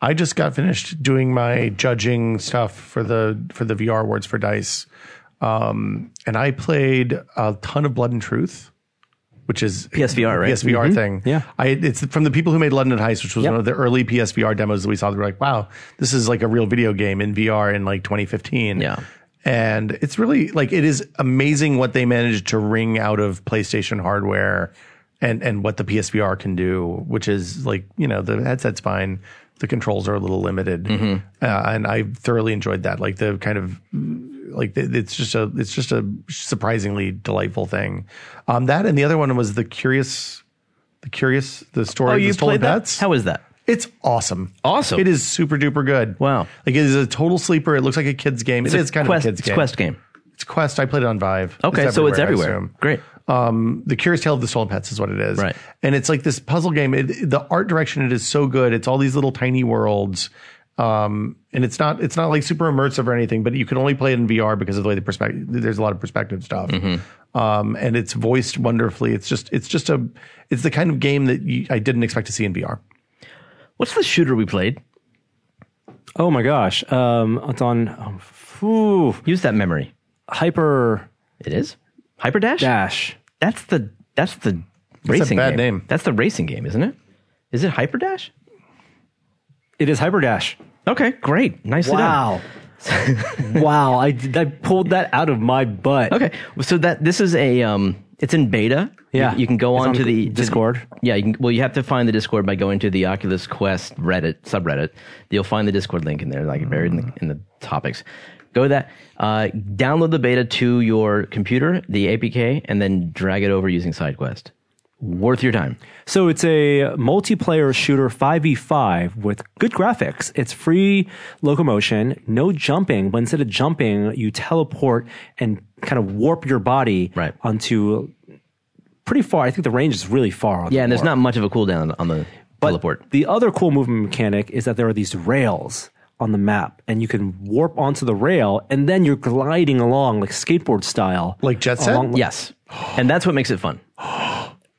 I just got finished doing my judging stuff for the for the VR awards for Dice, um, and I played a ton of Blood and Truth, which is
PSVR, right?
PSVR thing.
Mm-hmm. Yeah.
I, it's from the people who made London Heist, which was
Yep.
one of the early PSVR demos that we saw. They were like, "Wow, this is like a real video game in VR in like 2015."
Yeah.
and it's really like it is amazing what they managed to wring out of PlayStation hardware and and what the PSVR can do, which is like you know the headset's fine, the controls are a little limited,
Mm-hmm.
uh, and I thoroughly enjoyed that. Like the kind of like th- it's just a it's just a surprisingly delightful thing. Um, that and the other one was the curious, the curious the story of the stolen pets.
How is Oh, that?
It's awesome.
Awesome.
It is super duper good.
Wow.
Like it is a total sleeper. It looks like a kid's game. It's, kind
quest,
of a kid's
it's
game.
Quest game.
It's Quest. I played it on Vive.
Okay, so it's
I
everywhere.
assume.
Great.
The Curious Tale of the Stolen Pets is what it is.
Right.
And it's like this puzzle game. It, the art direction it is so good. It's all these little tiny worlds. Um, and it's not it's not like super immersive or anything, but you can only play it in VR because of the way the perspective. There's a lot of perspective stuff. Um, and it's voiced wonderfully. It's just it's just a it's the kind of game that you, I didn't expect to see in VR.
What's the shooter we played?
Oh my gosh. Um, it's on um, phew,
Use that memory.
Hyper
It is Hyper Dash.
Dash.
That's the that's the racing
bad
game.
name.
That's the racing game, isn't it? Is it Hyper Dash?
It is Hyper Dash.
Okay, great. Nicely
Wow. wow. I, I pulled that out of my butt.
done. Okay, so that this is a um, it's in beta. You-
Yeah.
you, can go
It's
on,
on
to the to the-
Discord.
yeah, you can, well, you have to find the Discord by going to the Oculus Quest Reddit subreddit. You'll find the Discord link in there, like buried in the, in the topics. Go to that, uh, download the beta to your computer, the APK, and then drag it over using SideQuest. Worth your time.
So it's a multiplayer shooter 5v5 with good graphics. It's free locomotion, no jumping, but instead of jumping, you teleport and kind of warp your body
Right.
onto pretty far. I think the range is really far. on
Yeah, and
the
there's not much of a cooldown on the
But
teleport.
The other cool movement mechanic is that there are these rails on the map, and you can warp onto the rail, and then you're gliding along like skateboard style.
Like Jet Set?
Along-
Yes, and that's what makes it fun.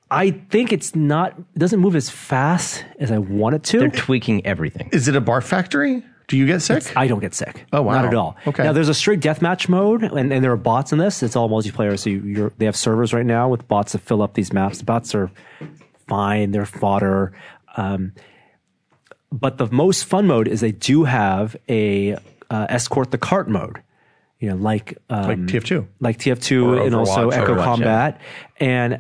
I think it's not it doesn't move as fast as I want it to.
They're tweaking everything.
Is it a barf factory? Do you get sick?
I don't get sick.
Oh, wow.
Not at all.
Okay.
Now there's a strict deathmatch mode, and, and there are bots in this. It's all multiplayer, so you, you're they have servers right now with bots that fill up these maps. Bots are fine. They're fodder. Um, but the most fun mode is they do have a uh, escort the cart mode. You know, like um,
like TF2.
like TF2 and also
Overwatch,
Echo
Overwatch, yeah.
Combat. And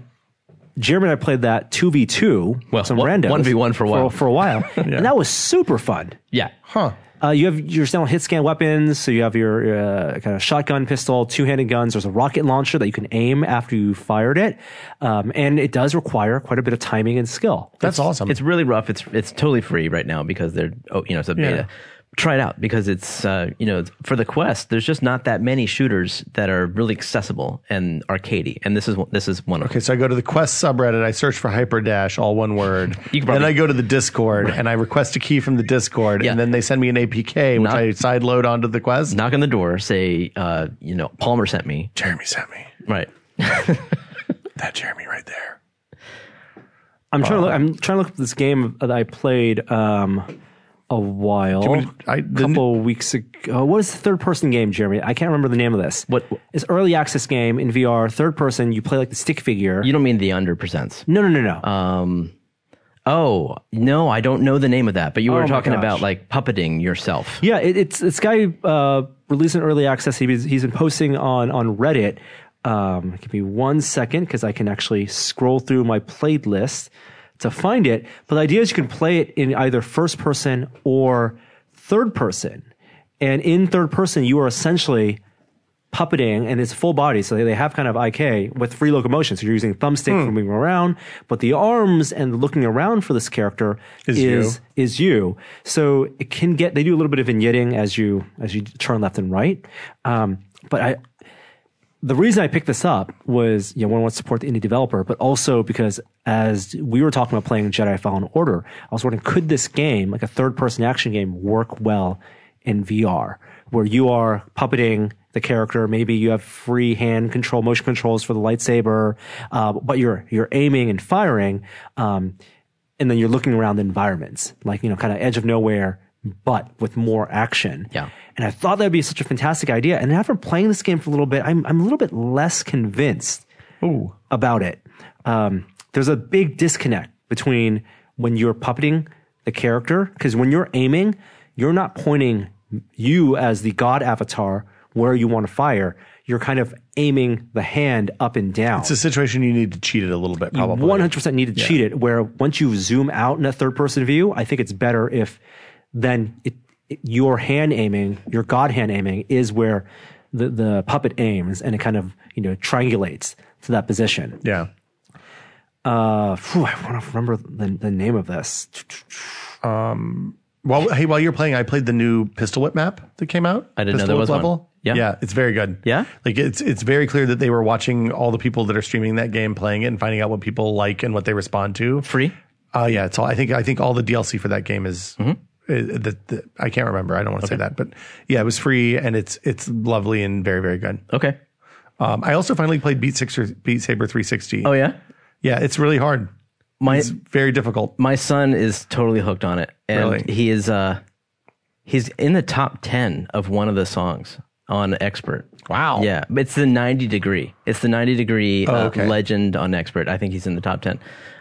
Jeremy and I played that 2v2,
Well,
some
one-
randos.
1v1 for a while.
For, a while. And that was super fun.
Yeah,
Huh.
Uh, you have your standard hit scan weapons, so you have your uh, kind of shotgun, pistol, two handed guns. There's a rocket launcher that you can aim after you fired it, um, and it does require quite a bit of timing and skill.
That's awesome.
it's really rough. It's it's totally free right now because they're oh you know it's a beta. Try it out because it's uh, you know it's- for the quest. There's just not that many shooters that are really accessible and arcadey, and this is one- this is one of
okay, so I go to the Quest subreddit, I search for Hyper Dash, all one word.
You can
then
probably-
I go to the Discord and I request a key from the Discord,
Yeah.
and then they send me an APK, which
Not-
I sideload onto the Quest.
them. Knock on the door, say uh, you know Palmer sent me
Jeremy sent me.
right.
That Jeremy right there.
I'm trying
Oh.
to look. I'm trying to look at this game that I played um, a while,
me to- I-
a
the-
couple weeks ago. What is the third person game, Jeremy? I can't remember the name of this.
What-
It's early access game in VR, third person. You play like the stick figure.
You don't mean the under percents?
no, no, no,
Uh,
no.
Um, oh no, I don't know the name of that. But you
Oh
were
my
talking
gosh.
about like puppeting yourself.
yeah, it, it's this guy uh, released in early access. He was, he's been posting on on Reddit. Um, give me one second because I can actually scroll through my playlist to find it. But the idea is you can play it in either first person or third person, and in third person you are essentially puppeting and it's full body. So they, they have kind of IK with free locomotion. So you're using thumbstick for moving around, but the arms and looking around for this character
Is
is
you.
is, you. So it can get they do a little bit of vignetting as you as you turn left and right. Um, but I the reason I picked this up was, you know, one wants to support the indie developer, but also because as we were talking about playing Jedi Fallen Order, I was wondering, could this game, like a third person action game, work well in VR, where you are puppeting the character, maybe you have free hand control, motion controls for the lightsaber, uh, but you're, you're aiming and firing, um, and then you're looking around the environments, like, you know, kind of edge of nowhere, but with more action.
Yeah.
And I thought that would be such a fantastic idea. And after playing this game for a little bit, I'm, I'm a little bit less convinced about it. Um, there's a big disconnect between when you're puppeting the character, because when you're aiming, you're not pointing you as the god avatar where you want to fire. You're kind of aiming the hand up and down.
It's a situation you need to cheat it a little bit, probably.
One hundred percent need to cheat it. Where once you zoom out in a third person view, I think it's better if then it, it- your hand aiming, your god hand aiming, is where the the puppet aims and it kind of you know triangulates to that position.
yeah.
Uh, phew, I want to remember the, the name of this.
While hey, while you're playing, I played the new Pistol Whip map that came out.
I didn't know
Pistol
there
Whip
was one. Yeah.
yeah, it's very good.
Yeah?
like it's it's very clear that they were watching all the people that are streaming that game, playing it, and finding out what people like and what they respond to.
Free?
Uh, yeah, it's all. I think I think all the DLC for that game is.
Mm-hmm.
uh, the, the, I can't remember. I don't want to say that, but yeah, it was free and it's it's lovely and very very good.
Okay.
Um, I also finally played Beat Sixer, Beat Saber 360.
Oh yeah.
yeah, it's really hard.
My
It's very difficult.
my son is totally hooked on it, and
Really?
he is uh he's in the top ten of one of the songs on Expert.
Wow. Oh,
Yeah, but it's the 90 degree. It's the 90 degree uh,
okay.
legend on expert. I think he's in the top 10.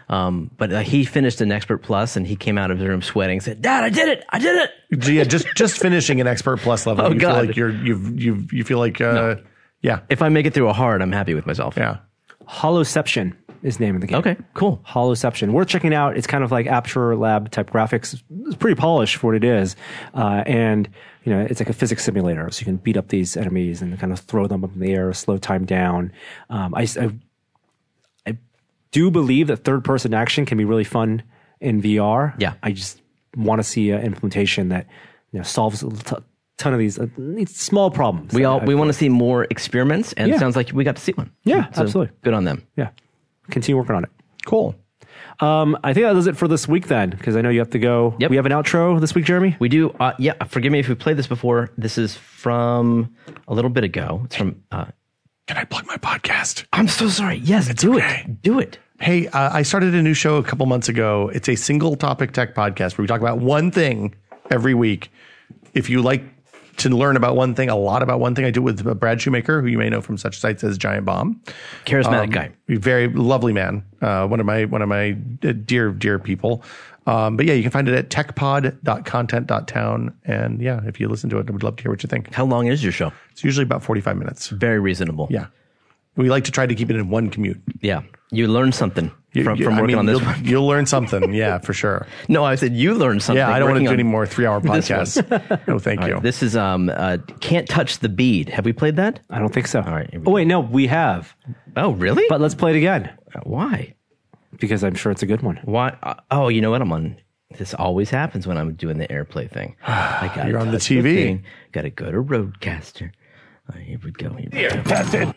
Um, but uh, he finished an expert plus and he came out of his room sweating and said, Dad, I did it. I did it.
yeah, just just finishing an expert plus level.
Oh,
you feel
God.
like you're you've you you feel like uh yeah.
If I make it through a hard, I'm happy with myself.
Yeah.
Hollowception is the name of the game.
Okay, cool.
Hollowception. Worth checking out. It's kind of like Aperture Lab type graphics. It's pretty polished for what it is. Uh, and, you know, it's like a physics simulator. So you can beat up these enemies and kind of throw them up in the air, slow time down. Um, I, s- I- I do believe that third person action can be really fun in VR.
Yeah.
I just want to see an implementation that, you know, solves a t- ton of these uh, small problems.
We all we want to see more experiments, and
Yeah.
it sounds like we got to see one.
Yeah, absolutely.
Good on them.
yeah. Continue working on it.
Cool.
Um, I think that does it for this week then, because I know you have to go.
Yep.
We have an outro this week, Jeremy.
We do. Uh, yeah, forgive me if we played this before. This is from a little bit ago. It's from. Uh,
Can I plug my podcast?
I'm so sorry. Yes, do
okay.
it. Do it.
Hey, uh, I started a new show a couple months ago. It's a single topic tech podcast where we talk about one thing every week. If you like to learn about one thing, a lot about one thing, I do it with Brad Shoemaker, who you may know from such sites as Giant Bomb.
Charismatic
Um,
guy.
Very lovely man. Uh, one of my one of my uh, dear dear people. Um, but yeah, you can find it at techpod.content.town. And yeah, if you listen to it, I would love to hear what you think.
How long is your show?
It's usually about forty five minutes.
Very reasonable.
Yeah, we like to try to keep it in one commute.
Yeah. You learned something from, from
I
working
mean,
on this
you'll,
one.
you'll learn something. Yeah, for sure.
No, I said you learned something.
Yeah, I don't want to
working on-
do any more three hour
this one.
podcasts. no, thank you.
This is um uh, can't touch the bead. Have we played that?
I don't think so. All
right, here we
Oh
go.
wait, no, we have.
Oh, really?
But let's play it again
why?
because I'm sure it's a good one.
Why? uh, oh, you know what? I'm on. This always happens when I'm doing the AirPlay thing. I gotta
You're on the
touch
TV.
thing. Gotta go to Roadcaster. Uh, here we go. Here we go.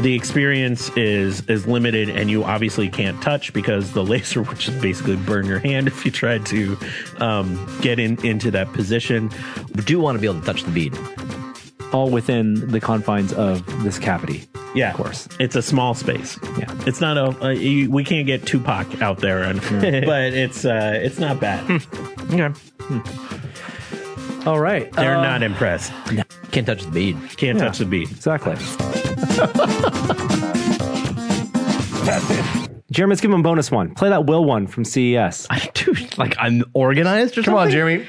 The experience is is limited, and you obviously can't touch because the laser would just basically burn your hand if you tried to um, get in into that position.
We do want to be able to touch the bead.
All within the confines of this cavity.
Yeah,
Of course.
it's a small space.
Yeah.
it's not a, a you- we can't get Tupac out there, and, but it's uh, it's not
Hmm.
bad.
Okay.
All right.
They're
uh,
not impressed.
Can't touch the bead.
Can't touch the beat.
exactly. Jeremy, let's give him a bonus one. Play that Will one from E CES.
I do. Like I'm organized. Or
Come on,
something?
Jeremy.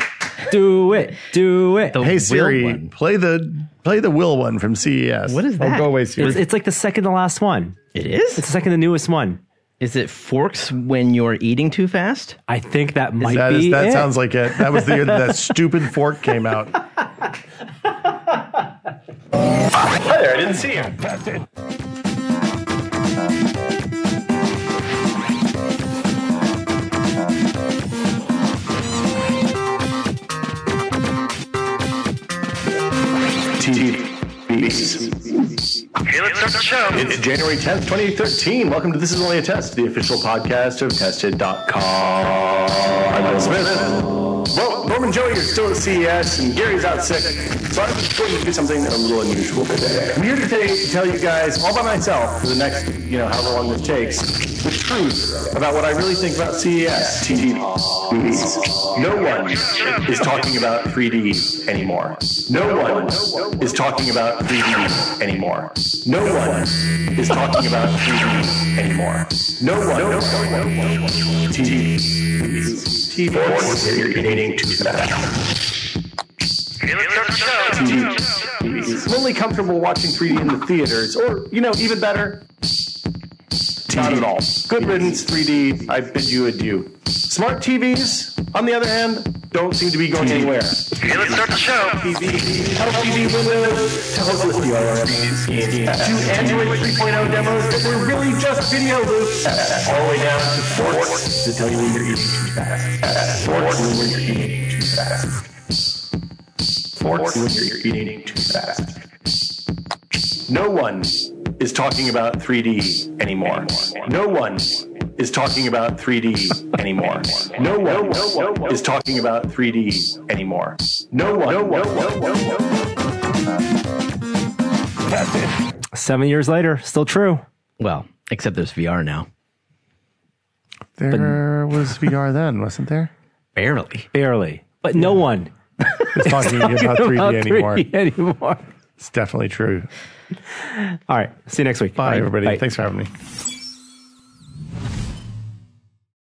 Do it. Do it.
The
Hey
will
Siri,
one.
play the play the Will one from CES.
What is
Oh,
that?
go away,
It's,
Siri.
it's like the second to last one.
It is.
It's the second to newest one.
Is it forks when you're eating too fast?
I think that might
That,
be
is,
E
that
it.
sounds like it. That was the year that, that stupid fork came out. Hi there, I didn't see you. It's January 10th, 2013. Welcome to This Is Only a Test, the official podcast of Tested.com. I'm Bill Smith. Well, Norman Joey is still at CES and Gary's out sick, so I'm going to do something a little unusual today. I'm here today to tell you guys all by myself for the next, you know, however long this takes, the truth about what I really think about E CES. TV movies. No one is talking about 3D anymore. No one is talking about 3D anymore. No one is talking about 3D anymore. No one. TV. TV. Irritating to that. TV. I'm only comfortable watching 3D in the theaters, or, you know, even better, not at all. Good riddance, 3D. I bid you adieu. Smart TVs, on the other hand, don't seem to be going anywhere. TV, help TV windows to hopeless DRMs, to Android 3.0 demos that were really just video loops, all the way down to forks to tell you when you're eating too fast. Forks when you're eating too fast. Forks when you're eating too fast. No one is talking about 3D anymore. No one is talking about 3D anymore. No one is talking about 3D anymore. No one. No one.
Seven years later, still true.
Well, except there's VR now.
There was VR then, wasn't there?
Barely.
Barely. But no one
It's talking about 3D
about
anymore.
3D anymore.
It's definitely true.
All right. See you next week.
Bye, everybody.
Bye.
Thanks for having me.